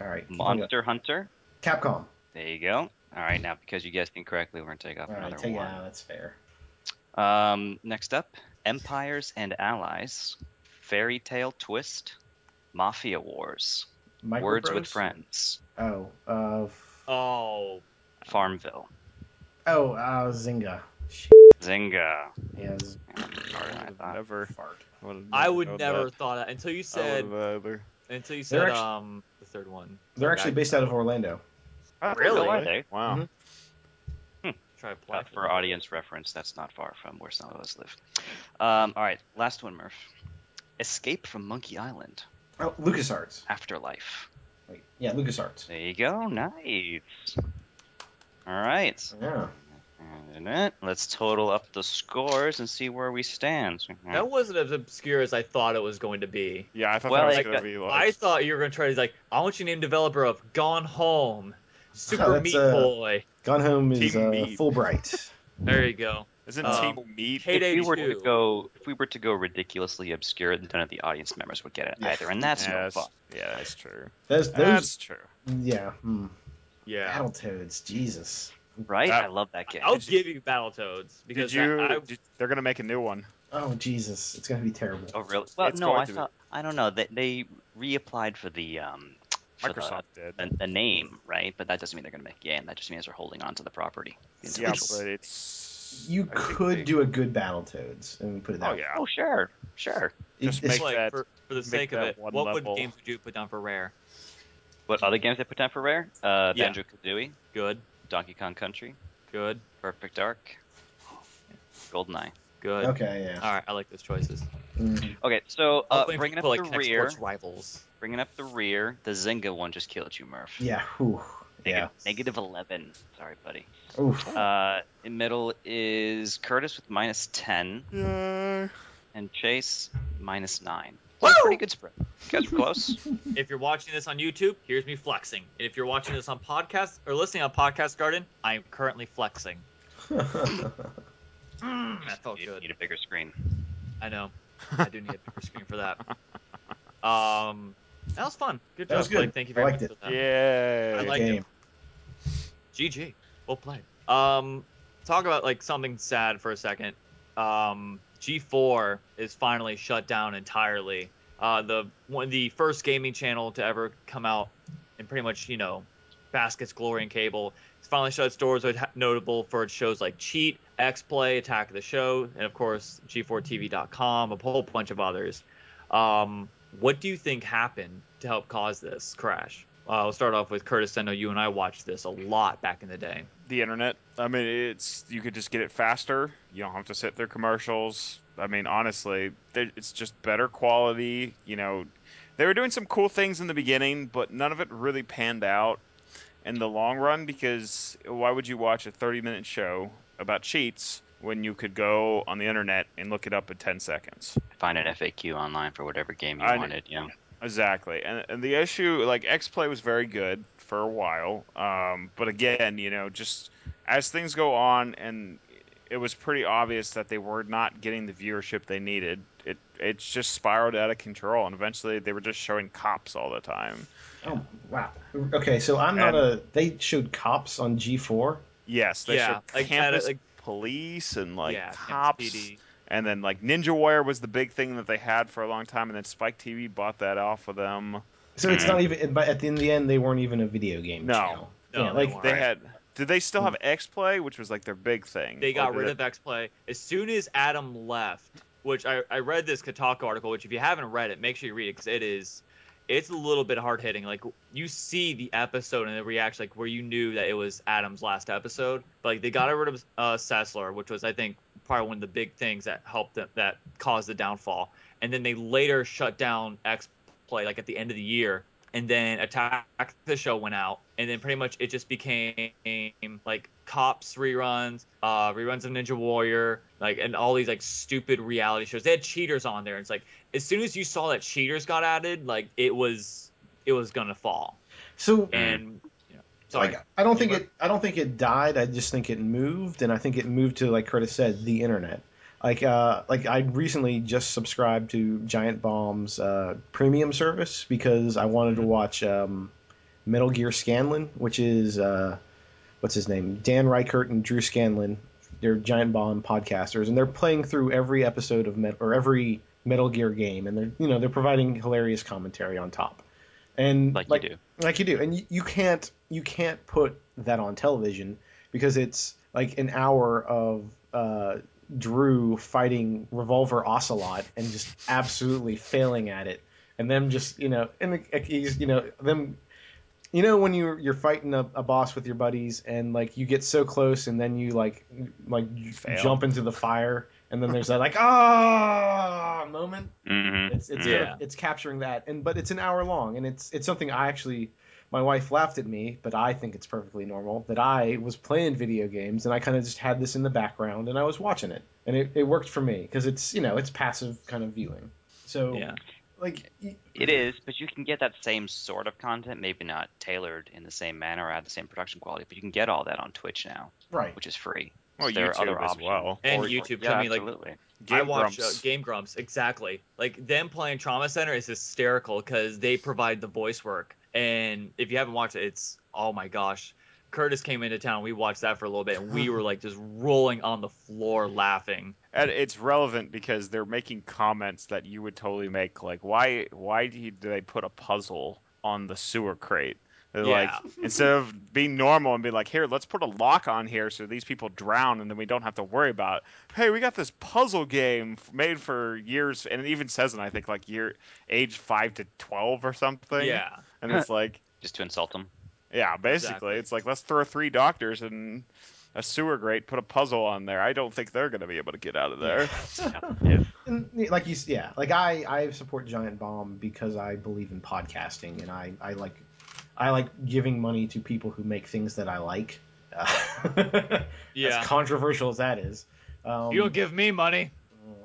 Speaker 3: All right.
Speaker 4: Monster Hunter.
Speaker 3: Capcom.
Speaker 4: There you go. All right, now because you guessed incorrectly, we're gonna take off
Speaker 3: All right.
Speaker 4: another
Speaker 3: Take
Speaker 4: one.
Speaker 3: yeah, that's fair.
Speaker 4: Um, next up, Empires and Allies, Fairy Tale Twist, Mafia Wars,
Speaker 3: Microprose?
Speaker 4: Words with Friends,
Speaker 3: Oh. Uh, f-
Speaker 1: Oh,
Speaker 4: Farmville,
Speaker 3: oh. Uh, Zynga. Shit.
Speaker 4: Zynga.
Speaker 3: Yeah. this is
Speaker 4: Harder than I
Speaker 2: I
Speaker 4: thought.
Speaker 2: never,
Speaker 3: fart.
Speaker 2: would've
Speaker 1: I would
Speaker 2: known
Speaker 1: never
Speaker 2: that.
Speaker 1: thought that until you
Speaker 2: I would've
Speaker 1: said
Speaker 2: never.
Speaker 1: until you
Speaker 3: They're
Speaker 1: said
Speaker 3: actu-
Speaker 1: um the third one.
Speaker 3: They're actually based out of Orlando.
Speaker 2: Oh,
Speaker 1: Really?
Speaker 2: Wow.
Speaker 3: Mhm.
Speaker 1: Try to
Speaker 4: Uh, for audience reference, that's not far from where some of us live. Um, all right, last one, Murph. Escape from Monkey Island,
Speaker 3: Oh, LucasArts.
Speaker 4: Afterlife.
Speaker 3: Wait. Yeah, LucasArts.
Speaker 4: There you go. Nice. All right.
Speaker 3: Yeah.
Speaker 4: And it- Let's total up the scores and see where we stand.
Speaker 2: Hmm.
Speaker 1: That wasn't as obscure as I thought it was going to be.
Speaker 2: Yeah, I thought
Speaker 4: Well,
Speaker 2: that was
Speaker 4: like,
Speaker 2: gonna
Speaker 1: uh,
Speaker 2: be
Speaker 1: I
Speaker 2: like.
Speaker 1: thought you were going to try to like, I want you to name developer of Gone Home, Super
Speaker 3: that's,
Speaker 1: Meat
Speaker 3: uh,
Speaker 1: Boy.
Speaker 3: Gone Home is
Speaker 2: Team
Speaker 3: uh,
Speaker 2: Meat.
Speaker 3: Fulbright.
Speaker 1: There you go.
Speaker 2: Isn't
Speaker 1: um,
Speaker 2: Team Meat?
Speaker 1: Hey,
Speaker 4: if we were to
Speaker 1: 82.
Speaker 4: go, if we were to go ridiculously obscure, then none of the audience members would get it
Speaker 3: Yeah.
Speaker 4: either, and that's
Speaker 2: yeah,
Speaker 4: no
Speaker 2: that's,
Speaker 4: fun.
Speaker 2: yeah, that's true.
Speaker 3: Those, those,
Speaker 2: That's true.
Speaker 3: yeah. Hmm.
Speaker 1: Yeah.
Speaker 3: Battletoads. Jesus.
Speaker 4: Right?
Speaker 2: That-
Speaker 4: I love that game.
Speaker 1: I'll
Speaker 2: Did you-
Speaker 1: give you Battletoads
Speaker 2: Did
Speaker 1: because
Speaker 2: you?
Speaker 1: that- I,
Speaker 2: did- they're gonna make a new one.
Speaker 3: Oh Jesus, it's gonna be terrible.
Speaker 4: Oh, really? Well,
Speaker 2: It's
Speaker 4: no,
Speaker 2: going
Speaker 4: I
Speaker 2: to be.
Speaker 4: thought I don't know that they reapplied for the um for the-
Speaker 2: Microsoft did.
Speaker 4: The, the name, right? But that doesn't mean they're going to make a game. That just means they're holding on to the property. the
Speaker 2: yeah,
Speaker 4: intellectual-
Speaker 2: but it's.
Speaker 3: You
Speaker 2: I think
Speaker 3: could
Speaker 2: they-
Speaker 3: do a good Battletoads and put it
Speaker 2: Oh
Speaker 3: out.
Speaker 2: yeah.
Speaker 4: Oh, sure, sure.
Speaker 2: Just
Speaker 3: It's-
Speaker 2: make
Speaker 1: like
Speaker 2: that-
Speaker 1: for, for the
Speaker 2: make
Speaker 1: sake of
Speaker 2: that
Speaker 1: it.
Speaker 2: one
Speaker 1: What
Speaker 2: level.
Speaker 1: would games would you put down for Rare?
Speaker 4: What other games they put down for Rare? Uh,
Speaker 1: Yeah.
Speaker 4: Banjo Kazooie,
Speaker 1: Good.
Speaker 4: Donkey Kong Country,
Speaker 1: Good.
Speaker 4: Perfect Dark, Goldeneye.
Speaker 1: Good.
Speaker 3: Okay, yeah.
Speaker 1: All right, I like those choices.
Speaker 3: Mm.
Speaker 4: Okay, so uh,
Speaker 1: Hopefully
Speaker 4: bringing up
Speaker 1: people,
Speaker 4: the
Speaker 1: like, next
Speaker 4: rear,
Speaker 1: Sports rivals.
Speaker 4: bringing up the rear, the Zynga one just killed you, Murph.
Speaker 3: Yeah. Whew. Yeah.
Speaker 4: Negative- negative 11. Sorry, buddy.
Speaker 3: Oof.
Speaker 4: Uh, in middle is Curtis with minus 10
Speaker 2: Yeah.
Speaker 4: and Chase minus 9. So it's pretty good spread. You guys were close.
Speaker 1: If you're watching this on YouTube, here's me flexing. And if you're watching this on podcast or listening on Podcast Garden, I am currently flexing.
Speaker 2: Hmm,
Speaker 1: Mm, that felt
Speaker 4: you
Speaker 1: good.
Speaker 4: need a bigger screen.
Speaker 1: I know. I do need a bigger screen for that. Um, that was fun. Good
Speaker 3: That
Speaker 1: job,
Speaker 3: was good.
Speaker 1: Blake. Thank you
Speaker 3: I
Speaker 1: very
Speaker 3: liked
Speaker 1: much.
Speaker 3: it.
Speaker 1: for that. I
Speaker 2: Yay.
Speaker 1: like
Speaker 3: game.
Speaker 1: GG. Well played. Um, talk about like something sad for a second. Um, G4 is finally shut down entirely. Uh, the one the first gaming channel to ever come out and pretty much you know, baskets glory and cable. It's finally shut its doors. It's ha- notable for its shows like Cheat, X Play, Attack of the Show, and of course G4TV.com, a whole bunch of others. Um, what do you think happened to help cause this crash? Uh, I'll start off with Curtis. I know you and I watched this a lot back in the day.
Speaker 2: The internet. I mean, it's you could just get it faster. You don't have to sit through commercials. I mean, honestly, there- it's just better quality. You know, they were doing some cool things in the beginning, but none of it really panned out in the long run because why would you watch a 30 minute show about cheats when you could go on the internet and look it up in 10 seconds?
Speaker 4: Find an FAQ online for whatever game you
Speaker 2: I-
Speaker 4: wanted. You know,
Speaker 2: Exactly, and, and the issue like X Play was very good for a while, um, but again, you know, just as things go on, and it was pretty obvious that they were not getting the viewership they needed. It it just spiraled out of control, and eventually they were just showing cops all the time.
Speaker 3: Oh wow. Okay, so I'm not a. They showed cops on G4.
Speaker 2: Yes, they
Speaker 1: Yeah, like,
Speaker 2: yeah,
Speaker 1: at a-
Speaker 2: campus
Speaker 1: like-
Speaker 2: police and like
Speaker 1: yeah, Campus
Speaker 2: cops,
Speaker 1: PD.
Speaker 2: and then like Ninja Warrior was the big thing that they had for a long time, and then Spike TV bought that off of them.
Speaker 3: So it's not even. But at the, in the end, they weren't even a video game
Speaker 2: No.
Speaker 3: channel.
Speaker 1: No,
Speaker 3: yeah,
Speaker 1: they
Speaker 3: like
Speaker 1: weren't.
Speaker 2: They
Speaker 1: Right.
Speaker 2: had. Did they still have X Play, which was like their big thing?
Speaker 1: They got
Speaker 2: Or
Speaker 1: rid
Speaker 2: did
Speaker 1: of X Play as soon as Adam left. Which I, I read this Kotaku article. Which if you haven't read it, make sure you read it because it is, it's a little bit hard hitting. Like you see the episode and the reaction, like where you knew that it was Adam's last episode. But like they got rid of uh, Sessler, which was I think probably one of the big things that helped them that caused the downfall. And then they later shut down X Play like at the end of the year and then attack the show went out and then pretty much it just became like cops reruns uh reruns of ninja warrior like and all these like stupid reality shows they had cheaters on there and it's like as soon as you saw that cheaters got added like it was it was gonna fall
Speaker 3: So
Speaker 1: and you know, sorry
Speaker 3: like Mm. I don't think it I don't think it died. I just think it moved, and I think it moved to like Curtis said, the internet. Like uh, like I recently just subscribed to Giant Bomb's uh, premium service because I wanted to watch um, Metal Gear Scanlan, which is uh, what's his name, Dan Reichert and Drew Scanlan. They're Giant Bomb podcasters, and they're playing through every episode of Met or every Metal Gear game, and they're you know they're providing hilarious commentary on top. And
Speaker 4: like, you do.
Speaker 3: like you do and you, you can't you can't put that on television because it's like an hour of uh, drew fighting revolver ocelot and just absolutely failing at it and them just you know and it- it- he's you know them you know when you're you're fighting a, a boss with your buddies and like you get so close and then you like like
Speaker 2: Fail.
Speaker 3: jump into the fire and then there's that like ah moment
Speaker 4: Mm-hmm.
Speaker 3: it's it's
Speaker 1: Yeah.
Speaker 3: kind of- it's capturing that, and but it's an hour long, and it's it's something I actually. My wife laughed at me, but I think it's perfectly normal that I was playing video games and I kind of just had this in the background and I was watching it, and it, it worked for me because it's you know it's passive kind of viewing. So
Speaker 1: yeah
Speaker 3: like y-
Speaker 4: It is, but you can get that same sort of content, maybe not tailored in the same manner or at the same production quality, but you can get all that on Twitch now,
Speaker 3: right,
Speaker 4: which is free.
Speaker 2: Well,
Speaker 4: So there are
Speaker 2: YouTube
Speaker 4: other
Speaker 2: as
Speaker 4: options.
Speaker 2: well.
Speaker 1: And
Speaker 4: Or-
Speaker 1: YouTube,
Speaker 4: yeah,
Speaker 1: I mean, like-
Speaker 4: absolutely.
Speaker 1: I
Speaker 2: Game
Speaker 1: watch uh,
Speaker 2: Grumps.
Speaker 1: Game Grumps exactly. Like them playing Trauma Center is hysterical because they provide the voice work. And if you haven't watched it, it's oh my gosh. Curtis came into town. We watched that for a little bit, and we were like just rolling on the floor laughing.
Speaker 2: and it's relevant because they're making comments that you would totally make, like why why do, you, do they put a puzzle on the sewer crate? They're
Speaker 1: Yeah.
Speaker 2: Like instead of being normal and be like, here, let's put a lock on here so these people drown and then we don't have to worry about. It. Hey, we got this puzzle game f- made for years, and it even says, and I think like year age five to twelve or something.
Speaker 1: Yeah,
Speaker 2: and it's like.
Speaker 4: Just to insult them.
Speaker 2: Yeah, basically,
Speaker 1: Exactly.
Speaker 2: it's like let's throw three doctors and a sewer grate, put a puzzle on there. I don't think they're going to be able to get out of there.
Speaker 1: Yeah.
Speaker 3: And, like you, s- yeah, like I, I support Giant Bomb because I believe in podcasting and I, I like, I like giving money to people who make things that I like. Uh,
Speaker 1: Yeah.
Speaker 3: As controversial as that is. Um,
Speaker 1: You'll give me money.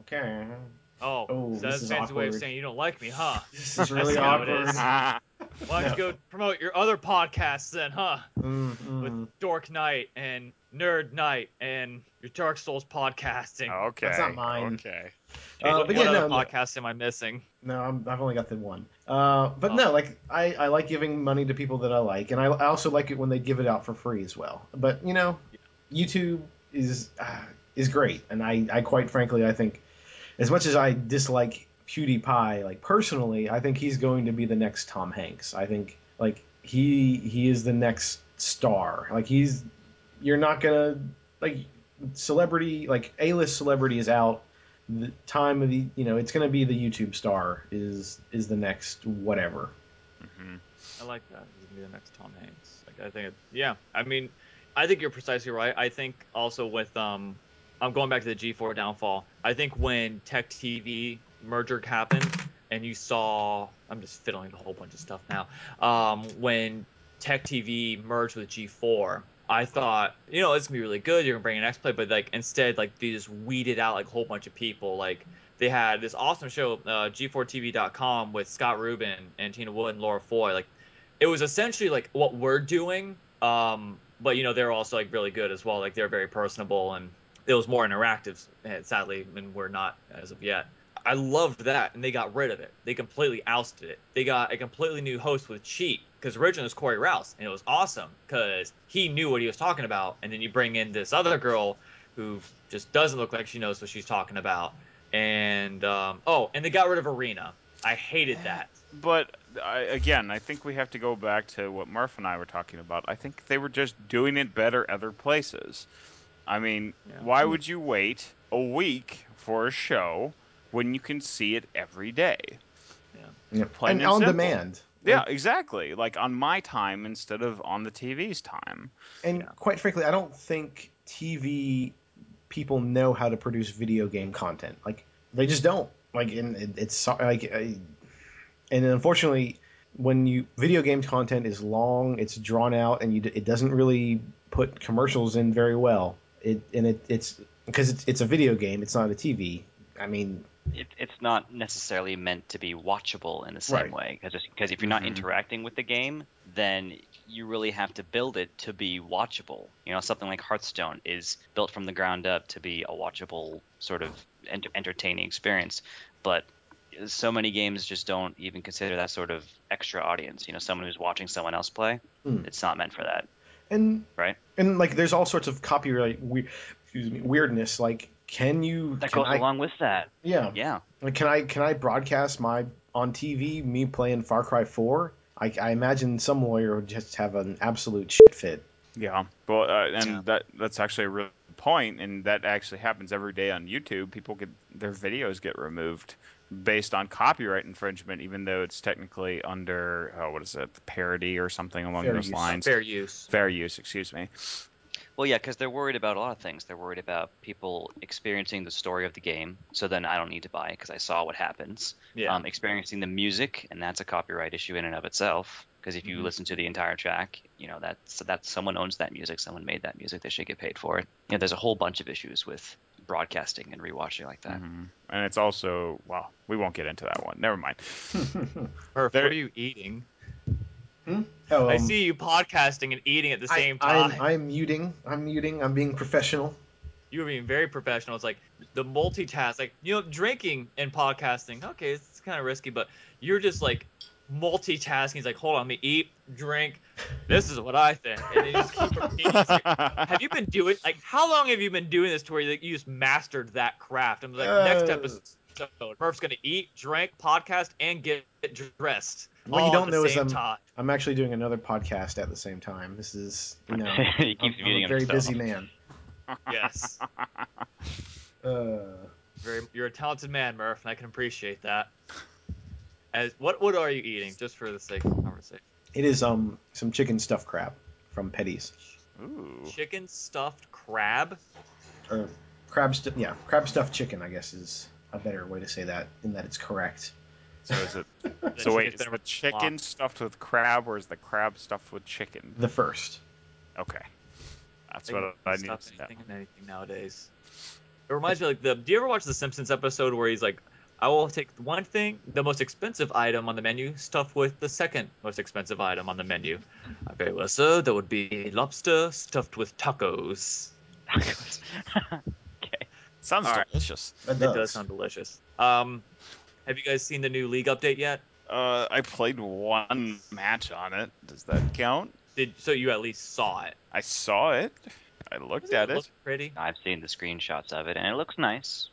Speaker 3: okay.
Speaker 1: Oh,
Speaker 3: Oh,
Speaker 1: so that's
Speaker 3: this is
Speaker 1: fancy way of
Speaker 3: awkward.
Speaker 1: saying you don't like me, huh?
Speaker 3: This is
Speaker 1: I
Speaker 3: really
Speaker 1: see how it
Speaker 3: awkward.
Speaker 1: is.
Speaker 2: Ah,
Speaker 1: Why don't you go promote your other podcasts then, huh?
Speaker 3: Mm, mm.
Speaker 1: With Dork Night and Nerd Night and your Dark Souls podcasting.
Speaker 2: okay.
Speaker 3: That's not mine.
Speaker 2: Okay.
Speaker 1: Hey,
Speaker 3: Uh,
Speaker 1: what
Speaker 3: but
Speaker 1: what
Speaker 3: yeah,
Speaker 1: other
Speaker 3: no, no.
Speaker 1: podcast am I missing?
Speaker 3: No, I'm, I've only got the one. Uh, but
Speaker 1: Oh.
Speaker 3: no, like I, I like giving money to people that I like, and I, I also like it when they give it out for free as well. But you know, YouTube is uh, is great, and I, I quite frankly I think as much as I dislike PewDiePie, like personally, I think he's going to be the next Tom Hanks. I think like he he is the next star. Like he's you're not gonna like celebrity like A list celebrity is out. The time of the you know it's gonna be the YouTube star is is the next whatever.
Speaker 2: Mhm.
Speaker 1: I like that. He's gonna be the next Tom Hanks. Like I think, it, yeah. I mean, I think you're precisely right. I think also with um, I'm going back to the G4 downfall. I think when Tech TV merger happened, and you saw, I'm just fiddling with a whole bunch of stuff now. Um, when Tech TV merged with G4. I thought, you know, it's gonna be really good. You're gonna bring an X Play, but like instead, like they just weeded out like a whole bunch of people. Like they had this awesome show, uh, G4TV.com, with Scott Rubin and Tina Wood and Laura Foy. Like it was essentially like what we're doing, um, but you know they're also like really good as well. Like they're very personable and it was more interactive. eh, Sadly, and we're not as of yet. I loved that, and they got rid of it. They completely ousted it. They got a completely new host with Cheat, because originally it was Corey Rouse, and it was awesome because he knew what he was talking about. And then you bring in this other girl who just doesn't look like she knows what she's talking about. And um, oh, and they got rid of Arena. I hated that.
Speaker 2: But I, again, I think we have to go back to what Murph and I were talking about. I think they were just doing it better other places. I mean,
Speaker 1: Yeah.
Speaker 2: why would you wait a week for a show when you can see it every day? Plain
Speaker 3: and,
Speaker 2: and
Speaker 3: on
Speaker 2: simple.
Speaker 3: demand.
Speaker 2: Yeah, exactly. Like on my time instead of on the TV's time.
Speaker 3: And
Speaker 1: Yeah.
Speaker 3: quite frankly, I don't think TV people know how to produce video game content. Like they just don't. Like and it, it's so- like, I, and unfortunately, when you video game content is long, it's drawn out, and you d- it doesn't really put commercials in very well. It and it, it's because it's it's a video game. It's not a TV. I mean,
Speaker 4: it, it's not necessarily meant to be watchable in the same
Speaker 3: Right. Mm-hmm.
Speaker 4: way because if you're not
Speaker 2: Mhm.
Speaker 4: interacting with the game then you really have to build it to be watchable you know something like hearthstone is built from the ground up to be a watchable sort of ent- entertaining experience but so many games just don't even consider that sort of extra audience you know someone who's watching someone else play
Speaker 3: Mm.
Speaker 4: it's not meant for that
Speaker 3: and
Speaker 4: Right.
Speaker 3: and like there's all sorts of copyright we, excuse me weirdness. Like, can you?
Speaker 4: that
Speaker 3: can
Speaker 4: goes
Speaker 3: I, Um,
Speaker 4: along with that
Speaker 3: Yeah.
Speaker 4: yeah
Speaker 3: Like, can I can I broadcast my on TV me playing Far Cry Four? I, I imagine some lawyer would just have an absolute shit fit.
Speaker 2: Yeah. Well, uh, and
Speaker 4: Yeah.
Speaker 2: that that's actually a real point, and that actually happens every day on YouTube. People get their videos get removed based on copyright infringement, even though it's technically under oh, what is it, parody or something along
Speaker 3: Fair
Speaker 2: those
Speaker 3: use.
Speaker 2: lines.
Speaker 1: Fair use.
Speaker 2: Fair use, excuse me.
Speaker 4: Well, yeah, because they're worried about a lot of things. They're worried about people experiencing the story of the game, so then I don't need to buy it because I saw what happens.
Speaker 1: Yeah.
Speaker 4: Um, experiencing the music, and that's a copyright issue in and of itself. Because if you
Speaker 1: Mhm.
Speaker 4: listen to the entire track, you know that's that someone owns that music, someone made that music, they should get paid for it. You know, there's a whole bunch of issues with broadcasting and rewatching like
Speaker 1: Mm-hmm.
Speaker 4: that.
Speaker 2: Mhm. And it's also well, we won't get into that one. Never mind.
Speaker 1: Perf,
Speaker 2: There-
Speaker 1: what are you eating?
Speaker 3: Oh,
Speaker 1: I
Speaker 3: um,
Speaker 1: see you podcasting and eating at the
Speaker 3: I-
Speaker 1: same time.
Speaker 3: I'm, I'm muting. I'm muting. I'm being professional.
Speaker 1: you were being very professional. It's like the multitask, like you know, drinking and podcasting. Okay, it's, kind of risky, but you're just like multitasking. It's like, hold on, let me eat, drink. This is what I think, and then you just keep repeating. It's like, have you been doing like how long have you been doing this to where you, you just mastered that craft? I'm like, next
Speaker 3: Uh.
Speaker 1: episode, Murph's gonna eat, drink, podcast, and get dressed.
Speaker 3: What you
Speaker 1: all
Speaker 3: don't
Speaker 1: at the
Speaker 3: know is
Speaker 1: same
Speaker 3: I'm-
Speaker 1: time.
Speaker 3: I'm actually doing another podcast at the same time. This is you know I'm,
Speaker 4: he
Speaker 3: I'm
Speaker 4: keeps muting
Speaker 3: a very
Speaker 4: himself.
Speaker 3: busy man.
Speaker 1: Yes,
Speaker 3: Uh,
Speaker 1: very. You're a talented man, Murph, and I can appreciate that. As what what are you eating? Just for the sake of conversation.
Speaker 3: it is um some chicken stuffed crab from Petty's.
Speaker 2: Ooh.
Speaker 1: Chicken stuffed crab.
Speaker 3: Or crab stuff. Yeah, crab stuffed chicken. I guess is a better way to say that in that it's correct.
Speaker 2: So is it?
Speaker 1: That
Speaker 2: so wait,
Speaker 1: chicken's
Speaker 2: is
Speaker 1: been
Speaker 2: the chicken
Speaker 1: flopped.
Speaker 2: stuffed with crab, or is the crab stuffed with chicken?
Speaker 3: The first.
Speaker 2: Okay, that's
Speaker 1: They
Speaker 2: what
Speaker 1: don't
Speaker 2: I need.
Speaker 1: stuff
Speaker 2: to know.
Speaker 1: anything in anything nowadays. It reminds me like the. Do you ever watch the Simpsons episode where he's like, "I will take one thing, the most expensive item on the menu, stuffed with the second most expensive item on the menu." Okay, well, sir, that would be lobster stuffed with tacos.
Speaker 4: okay.
Speaker 2: Sounds
Speaker 1: All right.
Speaker 2: delicious.
Speaker 3: That
Speaker 1: It does sound delicious. Um, have you guys seen the new league update yet?
Speaker 2: Uh, I played one match on it. Does that count?
Speaker 1: Did so you at least saw it?
Speaker 2: I saw it. I looked
Speaker 1: Doesn't
Speaker 2: at it.
Speaker 1: look pretty.
Speaker 4: I've seen the screenshots of it, and it looks nice.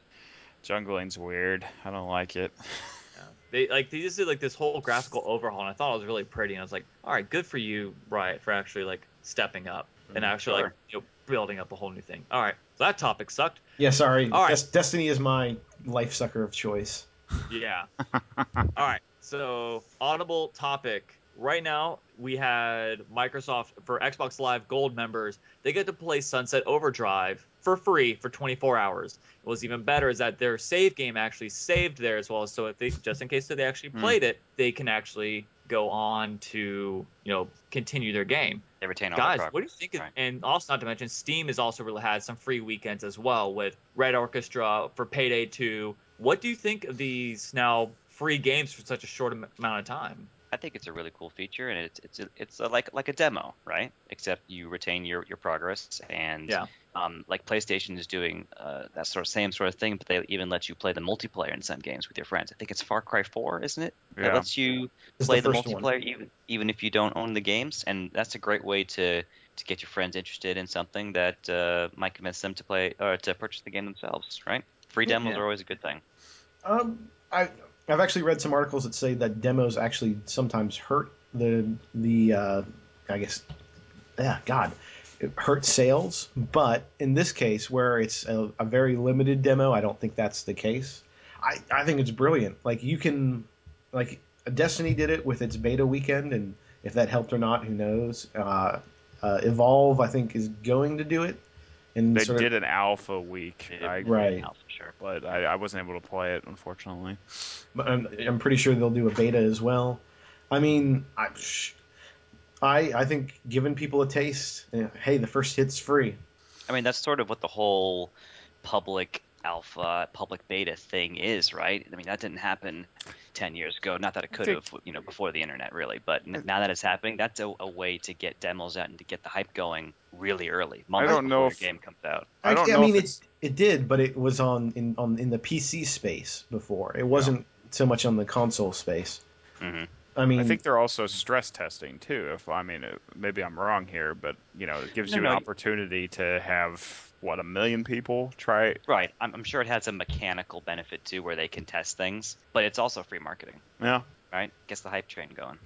Speaker 2: Jungling's weird. I don't like it.
Speaker 1: Yeah. They like they just did like this whole graphical overhaul, and I thought it was really pretty. And I was like, all right, good for you, Riot, for actually like stepping up and
Speaker 3: Mm,
Speaker 1: actually like
Speaker 4: sure.
Speaker 1: you know building up a whole new thing. All right, so that topic sucked.
Speaker 3: Yeah, sorry.
Speaker 1: All right.
Speaker 3: Des- Destiny is my life sucker of choice.
Speaker 1: Yeah. all right, so Audible topic. Right now, we had Microsoft for Xbox Live Gold members. They get to play Sunset Overdrive for free for 24 hours. What was even better is that their save game actually saved there as well. So if they just in case that they actually
Speaker 4: Hmm.
Speaker 1: played it, they can actually go on to you know continue their game.
Speaker 4: They retain all
Speaker 1: Guys,
Speaker 4: the
Speaker 1: what do you think? Of,
Speaker 4: Right.
Speaker 1: And also, not to mention, Steam has also really had some free weekends as well with Red Orchestra for Payday 2. What do you think of these now free games for such a short am- amount of time?
Speaker 4: I think it's a really cool feature, and it's it's a, it's a, like like a demo, right? Except you retain your, your progress, and
Speaker 1: Yeah.
Speaker 4: um, like PlayStation is doing uh, that sort of same sort of thing, but they even let you play the multiplayer in some games with your friends. I think it's Far Cry 4, isn't it? That
Speaker 2: Yeah.
Speaker 4: lets you
Speaker 3: It's
Speaker 4: play the,
Speaker 3: the first one.
Speaker 4: multiplayer even even if you don't own the games, and that's a great way to to get your friends interested in something that uh, might convince them to play or to purchase the game themselves, right? Free
Speaker 1: Yeah.
Speaker 4: demos are always a good thing.
Speaker 3: Um, I I've actually read some articles that say that demos actually sometimes hurt the the uh, I guess yeah God it hurts sales. But in this case, where it's a, a very limited demo, I don't think that's the case. I I think it's brilliant. Like you can like Destiny did it with its beta weekend, and if that helped or not, who knows. Uh, uh, Evolve, I think, is going to do it. And
Speaker 2: They
Speaker 3: sort of-
Speaker 2: did an alpha week, I,
Speaker 3: Right.
Speaker 4: Oh, for sure.
Speaker 2: but I, I wasn't able to play it, unfortunately.
Speaker 3: But I'm, I'm pretty sure they'll do a beta as well. I mean, I, psh, I, I think giving people a taste, eh, hey, the first hit's free.
Speaker 4: I mean, that's sort of what the whole public alpha, public beta thing is, right? I mean, that didn't happen 10 years ago. Not that it could
Speaker 2: think-
Speaker 4: have, you know, before the internet, really. But
Speaker 1: Mm.
Speaker 4: n- now that it's happening, that's a, a way to get demos out and to get the hype going really early. Months
Speaker 2: don't know
Speaker 4: before
Speaker 2: if-
Speaker 4: the game comes out.
Speaker 2: I don't
Speaker 3: Actually,
Speaker 2: know
Speaker 3: I mean,
Speaker 2: if
Speaker 3: it, it did, but it was on in on in the PC space before. It wasn't so much on the console space.
Speaker 2: Mm-hmm.
Speaker 4: Mhm.
Speaker 3: I mean,
Speaker 2: I think they're also stress testing too. If I mean, it- maybe I'm wrong here, but you know, it gives
Speaker 4: No,
Speaker 2: you
Speaker 4: no,
Speaker 2: an
Speaker 4: you-
Speaker 2: opportunity to have what a million people try. it?
Speaker 4: Right. I'm, I'm sure it has a mechanical benefit too, where they can test things, but it's also free marketing,
Speaker 2: Yeah,
Speaker 4: right? Gets the hype train going.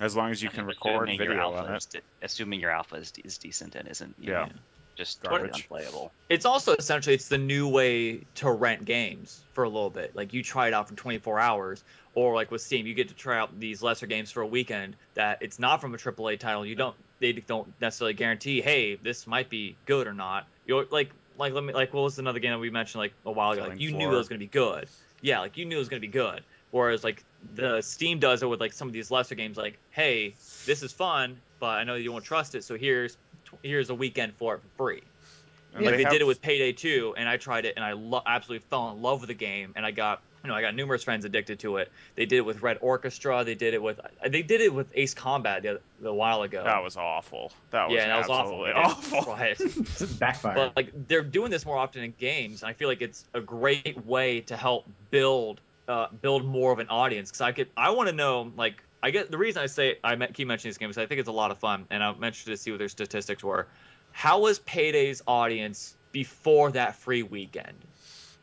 Speaker 2: as long as you
Speaker 4: I
Speaker 2: can
Speaker 4: mean,
Speaker 2: record
Speaker 4: assuming your
Speaker 2: video
Speaker 4: alpha
Speaker 2: on
Speaker 4: is
Speaker 2: it.
Speaker 4: de- assuming your alpha is, de- is decent and isn't, you
Speaker 2: Yeah.
Speaker 4: know, just
Speaker 2: Garbage.
Speaker 4: unplayable.
Speaker 1: It's also essentially it's the new way to rent games for a little bit. Like you try it out for 24 hours, or like with Steam, you get to try out these lesser games for a weekend. That it's not from a AAA title. You don't they don't necessarily guarantee, hey, this might be good or not. You're like like let me like what was another game that we mentioned like a while ago? Like,
Speaker 2: Killing
Speaker 1: you knew
Speaker 2: Floor.
Speaker 1: it was gonna be good. Yeah, like you knew it was gonna be good. Whereas like the Steam does it with like some of these lesser games, like hey, this is fun, but I know you won't trust it, so here's here's a weekend for it for free
Speaker 2: And
Speaker 1: like they
Speaker 2: have-
Speaker 1: did it with Payday 2, and I tried it, and I lo- absolutely fell in love with the game, and I got you know I got numerous friends addicted to it. They did it with Red Orchestra. They did it with they did it with Ace Combat the, the while ago.
Speaker 2: That was awful. That was
Speaker 1: yeah, that was awful.
Speaker 2: absolutely awful.
Speaker 1: Right.
Speaker 3: backfire.
Speaker 1: But like they're doing this more often in games, and I feel like it's a great way to help build uh, build more of an audience. Because I could, I want to know like I get the reason I say I me- keep mentioning this game is I think it's a lot of fun, and I'm interested to see what their statistics were. How was Payday's audience before that free weekend?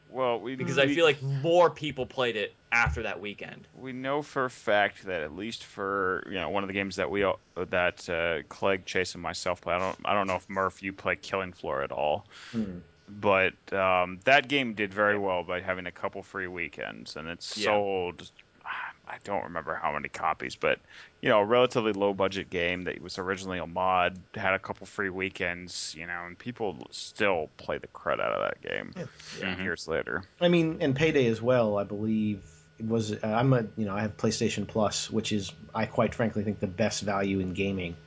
Speaker 2: Well, we
Speaker 1: Because I
Speaker 2: we-
Speaker 1: feel like more people played it after that weekend.
Speaker 2: we know for a fact that at least for you know one of the games that we all, that uh, Clegg, Chase, and myself play. I don't I don't know if Murph you play Killing Floor at all,
Speaker 3: Hmm.
Speaker 2: but um, that game did very well by having a couple free weekends, and it
Speaker 1: Yeah.
Speaker 2: sold. I don't remember how many copies, but you know, a relatively low budget game that was originally a mod had a couple free weekends, you know, and people still play the crud out of that game
Speaker 1: Yeah.
Speaker 2: years later.
Speaker 3: I mean, and Payday as well. I believe it was. Uh, I'm a you know I have PlayStation Plus, which is I quite frankly think the best value in gaming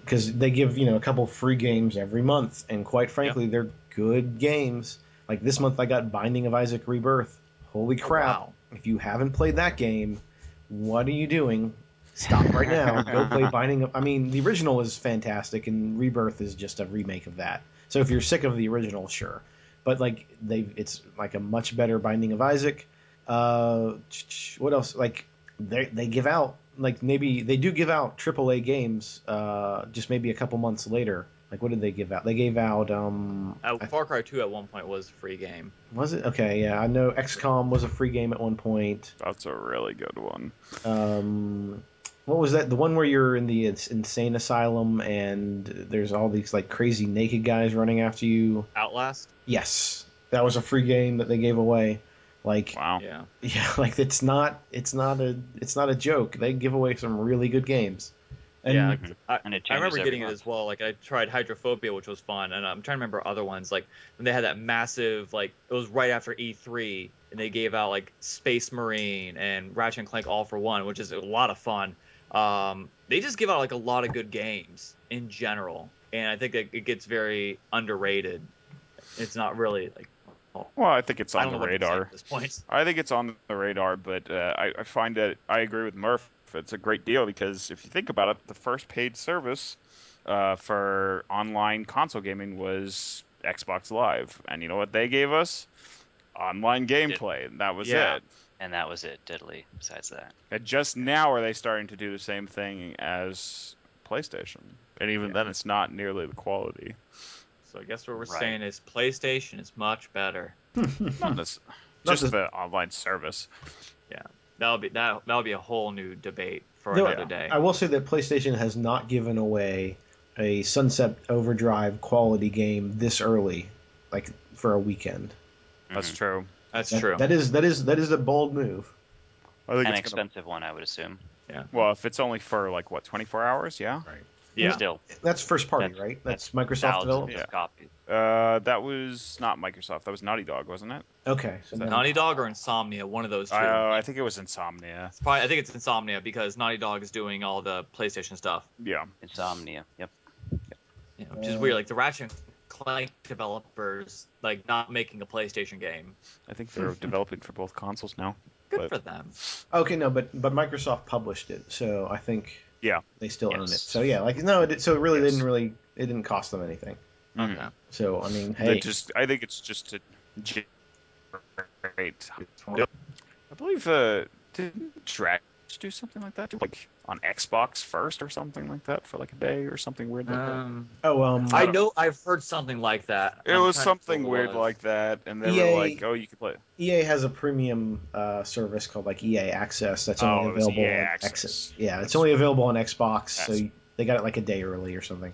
Speaker 3: because they give you know a couple free games every month, and quite frankly, they're good games. Like this month, I got Binding of Isaac Rebirth. Holy crap!
Speaker 1: wow.
Speaker 3: If you haven't played that game, what are you doing? Stop right now. Go play Binding of. I mean, the original is fantastic, and Rebirth is just a remake of that. So if you're sick of the original, sure, but like they, it's like a much better Binding of Isaac. Uh, ch- ch- what else? Like they they give out like maybe they do give out AAA games. Uh, just maybe a couple months later. Like what did they give out? They gave out um.
Speaker 1: Uh,
Speaker 3: I-
Speaker 1: Far Cry 2 at one point was a free game.
Speaker 3: was it okay? Yeah, I know XCOM was a free game at one point.
Speaker 2: That's a really good one.
Speaker 3: um, what was that? The one where you're in the ins- insane asylum and there's all these like crazy naked guys running after you.
Speaker 1: Outlast.
Speaker 3: Yes, that was a free game that they gave away. Like
Speaker 2: Wow.
Speaker 1: Yeah.
Speaker 3: yeah, like it's not it's not a it's not a joke. They give away some really good games. And
Speaker 1: yeah.
Speaker 4: And it changes
Speaker 1: I remember
Speaker 4: every
Speaker 1: getting
Speaker 4: month.
Speaker 1: it as well. Like I tried Hydrophobia, which was fun, and I'm trying to remember other ones. Like when they had that massive, like it was right after E3, and they gave out like Space Marine and Ratchet and Clank All for One, which is a lot of fun. Um, they just give out like a lot of good games in general, and I think it, it gets very underrated. It's not really like
Speaker 2: Well, I think it's
Speaker 1: I
Speaker 2: on
Speaker 1: don't
Speaker 2: the
Speaker 1: know what to say
Speaker 2: radar.
Speaker 1: at this point.
Speaker 2: I think it's on the radar, but uh, I, I find that I agree with Murph. It's a great deal because if you think about it, the first paid service uh, for online console gaming was Xbox Live, and you know what they gave us? Online gameplay. and That was
Speaker 1: Yeah.
Speaker 2: it.
Speaker 4: and that was it. Diddly. Besides that,
Speaker 2: And just now are they starting to do the same thing as PlayStation? And even then, it's not nearly the quality.
Speaker 1: So I guess what we're
Speaker 4: Right.
Speaker 1: saying is PlayStation is much better.
Speaker 2: Not this,
Speaker 3: Not
Speaker 2: just
Speaker 3: this-
Speaker 2: the online service.
Speaker 1: That'll be that. That'll be a whole new debate for
Speaker 3: No,
Speaker 1: another day.
Speaker 3: I will say that PlayStation has not given away a Sunset Overdrive quality game this early, like for a weekend.
Speaker 2: That's
Speaker 3: Mm-hmm.
Speaker 2: true.
Speaker 1: That's
Speaker 3: That-
Speaker 1: true.
Speaker 3: That is that is that is a bold move.
Speaker 2: I think
Speaker 4: an
Speaker 2: it's gonna,
Speaker 4: expensive one, I would assume.
Speaker 2: well, if it's only for like what 24 hours, yeah.
Speaker 1: yeah.
Speaker 4: Still,
Speaker 3: That's first party,
Speaker 4: That's-
Speaker 3: right? That's,
Speaker 4: that's
Speaker 3: Microsoft
Speaker 4: thousands
Speaker 3: developed.
Speaker 4: of
Speaker 2: Yeah.
Speaker 4: copies.
Speaker 2: Uh, that was not Microsoft. That was Naughty Dog, wasn't it?
Speaker 3: Okay, so
Speaker 2: So
Speaker 3: now-
Speaker 1: Naughty Dog or Insomnia, one of those two.
Speaker 2: Uh, I think it was Insomnia.
Speaker 1: It's probably, I think it's Insomnia because Naughty Dog is doing all the PlayStation stuff,
Speaker 2: Yeah.
Speaker 4: Insomnia. Yep.
Speaker 1: you know, which is
Speaker 3: Yeah.
Speaker 1: weird. Like the Ratchet and Clank developers, like not making a PlayStation game.
Speaker 2: I think they're developing for both consoles now.
Speaker 1: Good
Speaker 2: But-
Speaker 1: for them.
Speaker 3: okay, no, but but Microsoft published it, so I think
Speaker 2: Yeah.
Speaker 3: they still own it.
Speaker 4: Yes.
Speaker 3: So yeah, like no, it, so it really
Speaker 2: Yes. Mm-hmm.
Speaker 3: didn't really it didn't cost them anything.
Speaker 1: Okay.
Speaker 3: So I mean,
Speaker 2: They
Speaker 3: hey,
Speaker 2: just I think it's just to generate. I believe uh didn't Drax do something like that? Like on Xbox first or something like that for like a day or something weird like that.
Speaker 1: Um,
Speaker 3: oh um,
Speaker 1: I know I've heard something like that.
Speaker 2: Uh, It
Speaker 1: I'm
Speaker 2: was
Speaker 1: trying to think
Speaker 2: something
Speaker 1: what it
Speaker 2: weird
Speaker 1: was.
Speaker 2: like that, and they
Speaker 3: EA
Speaker 2: were like, "Oh, you can play."
Speaker 3: EA has E a premium uh, service called like EA Access that's
Speaker 2: Oh,
Speaker 3: only
Speaker 2: it was
Speaker 3: available
Speaker 2: EA
Speaker 3: on
Speaker 2: Access.
Speaker 3: X- Yeah, it's
Speaker 2: That's
Speaker 3: only available on Xbox, so
Speaker 2: Yes.
Speaker 3: you- they got it like a day early or something.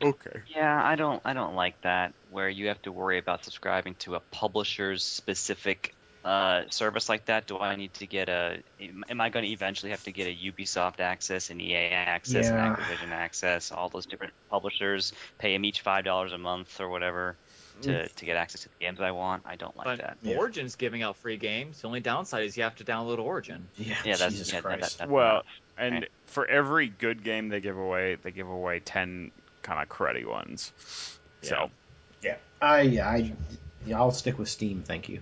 Speaker 2: Okay.
Speaker 4: Yeah, I don't. I don't like that where you have to worry about subscribing to a publisher's specific uh, service like that. Do I need to get a? Am am I going to eventually have to get a Ubisoft access and EA access
Speaker 3: Yeah.
Speaker 4: and Activision access? All those different publishers pay them each five dollars a month or whatever to, to get access to the games I want. I don't like
Speaker 1: But
Speaker 4: that.
Speaker 3: Yeah.
Speaker 1: Origin's giving out free games. The only downside is you have to download Origin.
Speaker 3: Yeah,
Speaker 4: Yeah, that's
Speaker 3: Jesus
Speaker 4: yeah, that-
Speaker 3: Christ.
Speaker 4: that- that's
Speaker 2: Well,
Speaker 4: enough.
Speaker 2: And
Speaker 4: Right.
Speaker 2: for every good game they give away, they give away ten kind of cruddy ones. So
Speaker 3: yeah, I yeah, I yeah, I'll stick with Steam, thank you.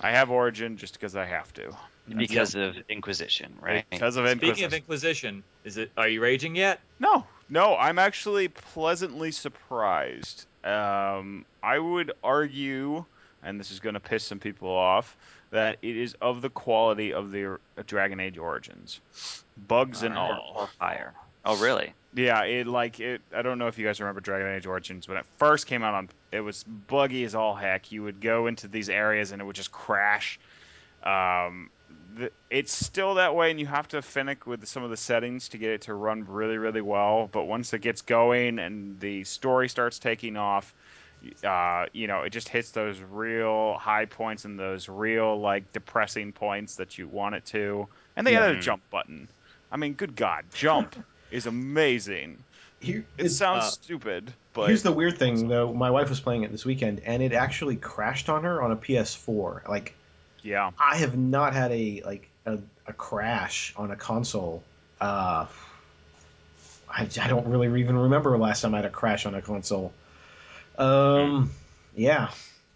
Speaker 2: I have Origin just because I have to.
Speaker 4: because of Inquisition, right?
Speaker 2: Because of
Speaker 1: Speaking
Speaker 2: Inquisition.
Speaker 1: of Inquisition, is it? Are you raging yet?
Speaker 2: no, no, I'm actually pleasantly surprised. Um, I would argue, and this is going to piss some people off, that it is of the quality of the or- Dragon Age Origins, bugs and
Speaker 4: Or-
Speaker 2: all.
Speaker 4: or fire. Oh, really?
Speaker 2: Yeah, it like it. I don't know if you guys remember Dragon Age Origins when it first came out. On it was buggy as all heck. You would go into these areas and it would just crash. Um, the, it's still that way, and you have to finick with some of the settings to get it to run really, really well. But once it gets going and the story starts taking off, uh, you know, it just hits those real high points and those real like depressing points that you want it to. And they had a
Speaker 4: Mhm.
Speaker 2: jump button. I mean, good God, jump is amazing.
Speaker 3: Here-
Speaker 2: It sounds
Speaker 1: uh,
Speaker 2: stupid, but
Speaker 3: Here's the weird thing, though. My wife was playing it this weekend, and it actually crashed on her on a PS4. Like,
Speaker 2: yeah,
Speaker 3: I have not had a like a, a crash on a console. Uh, I, I don't really even remember last time I had a crash on a console. Um, yeah,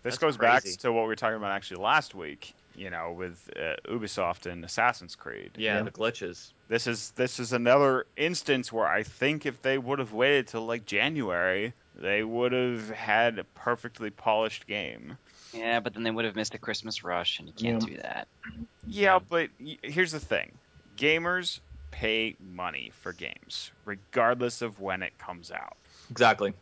Speaker 2: this
Speaker 1: That's
Speaker 2: goes back
Speaker 1: crazy.
Speaker 2: to what we were talking about actually last week. You know, with uh, Ubisoft and Assassin's Creed.
Speaker 1: Yeah,
Speaker 3: Yeah.
Speaker 1: the glitches.
Speaker 2: This is this is another instance where I think if they would have waited till like January, they would have had a perfectly polished game.
Speaker 4: Yeah, but then they would have missed the Christmas rush, and you can't
Speaker 3: Yeah.
Speaker 4: do that.
Speaker 2: Yeah,
Speaker 1: Yeah.
Speaker 2: but y- here's the thing: gamers pay money for games, regardless of when it comes out.
Speaker 1: Exactly.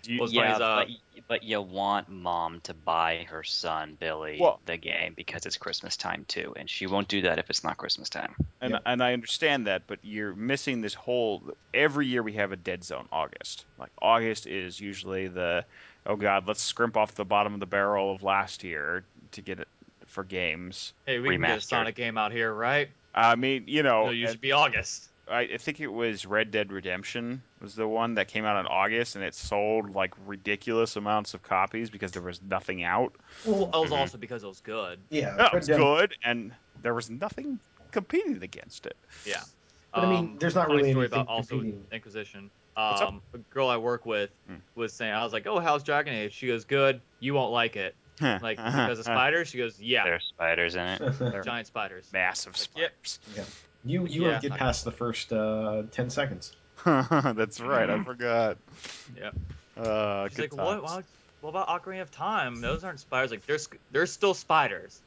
Speaker 2: Do you,
Speaker 1: Well, it's funny,
Speaker 4: yeah,
Speaker 1: is, uh,
Speaker 4: but, y- but you want mom to buy her son Billy
Speaker 2: Well-
Speaker 4: the game because it's Christmas time too, and she won't do that if it's not Christmas time.
Speaker 2: and
Speaker 3: yeah.
Speaker 2: and I understand that, but you're missing this whole. Every year we have a dead zone. August, like August, is usually the oh god, let's scrimp off the bottom of the barrel of last year to get it for games.
Speaker 1: Hey, we can get a
Speaker 4: Remastered.
Speaker 1: Sonic game out here, right?
Speaker 2: I mean, you know,
Speaker 1: no, you
Speaker 2: Oh, and-
Speaker 1: should be August.
Speaker 2: I, I think it was Red Dead Redemption was the one that came out in August, and it sold like ridiculous amounts of copies because there was nothing out.
Speaker 1: Well, that was
Speaker 4: Mhm.
Speaker 1: also because it was good.
Speaker 3: yeah.
Speaker 2: That
Speaker 3: Red
Speaker 2: was
Speaker 3: Dead-
Speaker 2: good, and there was nothing competing against it.
Speaker 1: Yeah. Um,
Speaker 3: But I mean, there's not
Speaker 1: funny
Speaker 3: really
Speaker 1: story
Speaker 3: anything
Speaker 1: about also
Speaker 3: competing.
Speaker 1: Inquisition.
Speaker 2: What's up?
Speaker 1: Um, a girl I work with
Speaker 2: Hmm.
Speaker 1: was saying, I was like, "Oh, how's Dragon Age?" She goes, "Good. You won't like it, like because of spiders." She goes, "Yeah,
Speaker 4: There are spiders in it.
Speaker 1: giant spiders."
Speaker 2: massive
Speaker 1: Yep.
Speaker 2: spiders.
Speaker 3: you you
Speaker 1: Yeah.
Speaker 3: won't get past the first uh, ten seconds.
Speaker 2: That's right, I forgot.
Speaker 1: Mm-hmm. Yep.
Speaker 2: Uh,
Speaker 1: She's
Speaker 2: good
Speaker 1: like, what,
Speaker 2: times.
Speaker 1: what? What about Ocarina of Time? Those aren't spiders. Like, there's there's still spiders.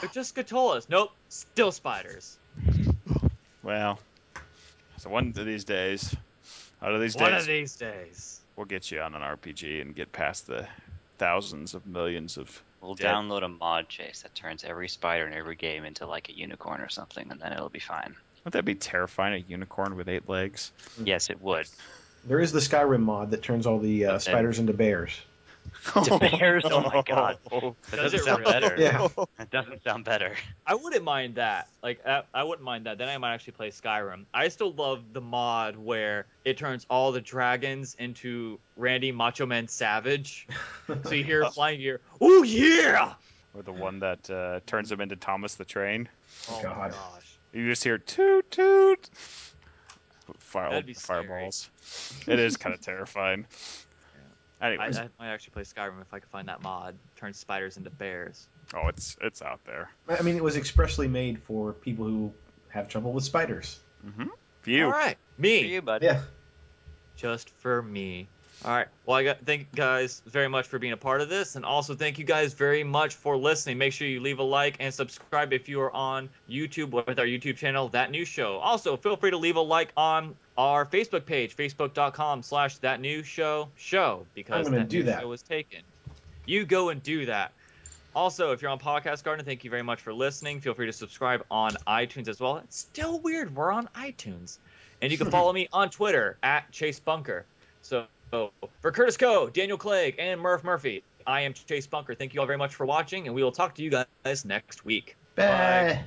Speaker 1: They're just Catolas. Nope, still spiders.
Speaker 2: Well, so one of these days, out of these
Speaker 1: One
Speaker 2: days,
Speaker 1: of these days.
Speaker 2: we'll get you on an RPG and get past the thousands of millions of.
Speaker 4: We'll
Speaker 2: dead-
Speaker 4: download a mod chase that turns every spider in every game into like a unicorn or something, and then it'll be fine.
Speaker 2: Wouldn't that be terrifying? A unicorn with eight legs.
Speaker 4: Yes, it would.
Speaker 3: There is the Skyrim mod that turns all the uh, spiders into bears.
Speaker 4: To bears? Oh my God. That
Speaker 1: Does
Speaker 4: doesn't
Speaker 1: it
Speaker 4: sound
Speaker 1: really?
Speaker 4: better.
Speaker 3: Yeah.
Speaker 4: That doesn't sound better.
Speaker 1: I wouldn't mind that. Like, I, I wouldn't mind that. Then I might actually play Skyrim. I still love the mod where it turns all the dragons into Randy Macho Man Savage. so you hear flying gear. Oh yeah!
Speaker 2: Or the one that uh, turns him into Thomas the Train.
Speaker 1: Oh my
Speaker 3: God.
Speaker 1: gosh.
Speaker 2: You just hear toot toot. Fire,
Speaker 1: That'd be scary.
Speaker 2: fireballs. it is kind of terrifying.
Speaker 1: I,
Speaker 2: Anyways,
Speaker 1: I might actually play Skyrim if I could find that mod. Turns spiders into bears.
Speaker 2: oh, it's it's out there.
Speaker 3: I mean, it was expressly made for people who have trouble with spiders.
Speaker 2: Mm-hmm. You.
Speaker 1: All right, me.
Speaker 4: For you, buddy.
Speaker 3: Yeah.
Speaker 1: just for me. All right. Well, I got thank you guys very much for being a part of this, and also thank you guys very much for listening. Make sure you leave a like and subscribe if you are on YouTube with our YouTube channel, That New Show. Also, feel free to leave a like on our Facebook page, facebook.com/slash That New Show Show, because
Speaker 3: gonna
Speaker 1: that
Speaker 3: do
Speaker 1: new
Speaker 3: that.
Speaker 1: show was taken. You go and do that. Also, if you're on Podcast Garden, thank you very much for listening. Feel free to subscribe on iTunes as well. It's still weird. We're on iTunes. And you can follow me on Twitter at Chase Bunker. So for Curtis Coe, Daniel Clegg, and Murph Murphy, I am Chase Bunker. Thank you all very much for watching, and we will talk to you guys next week.
Speaker 3: Bye.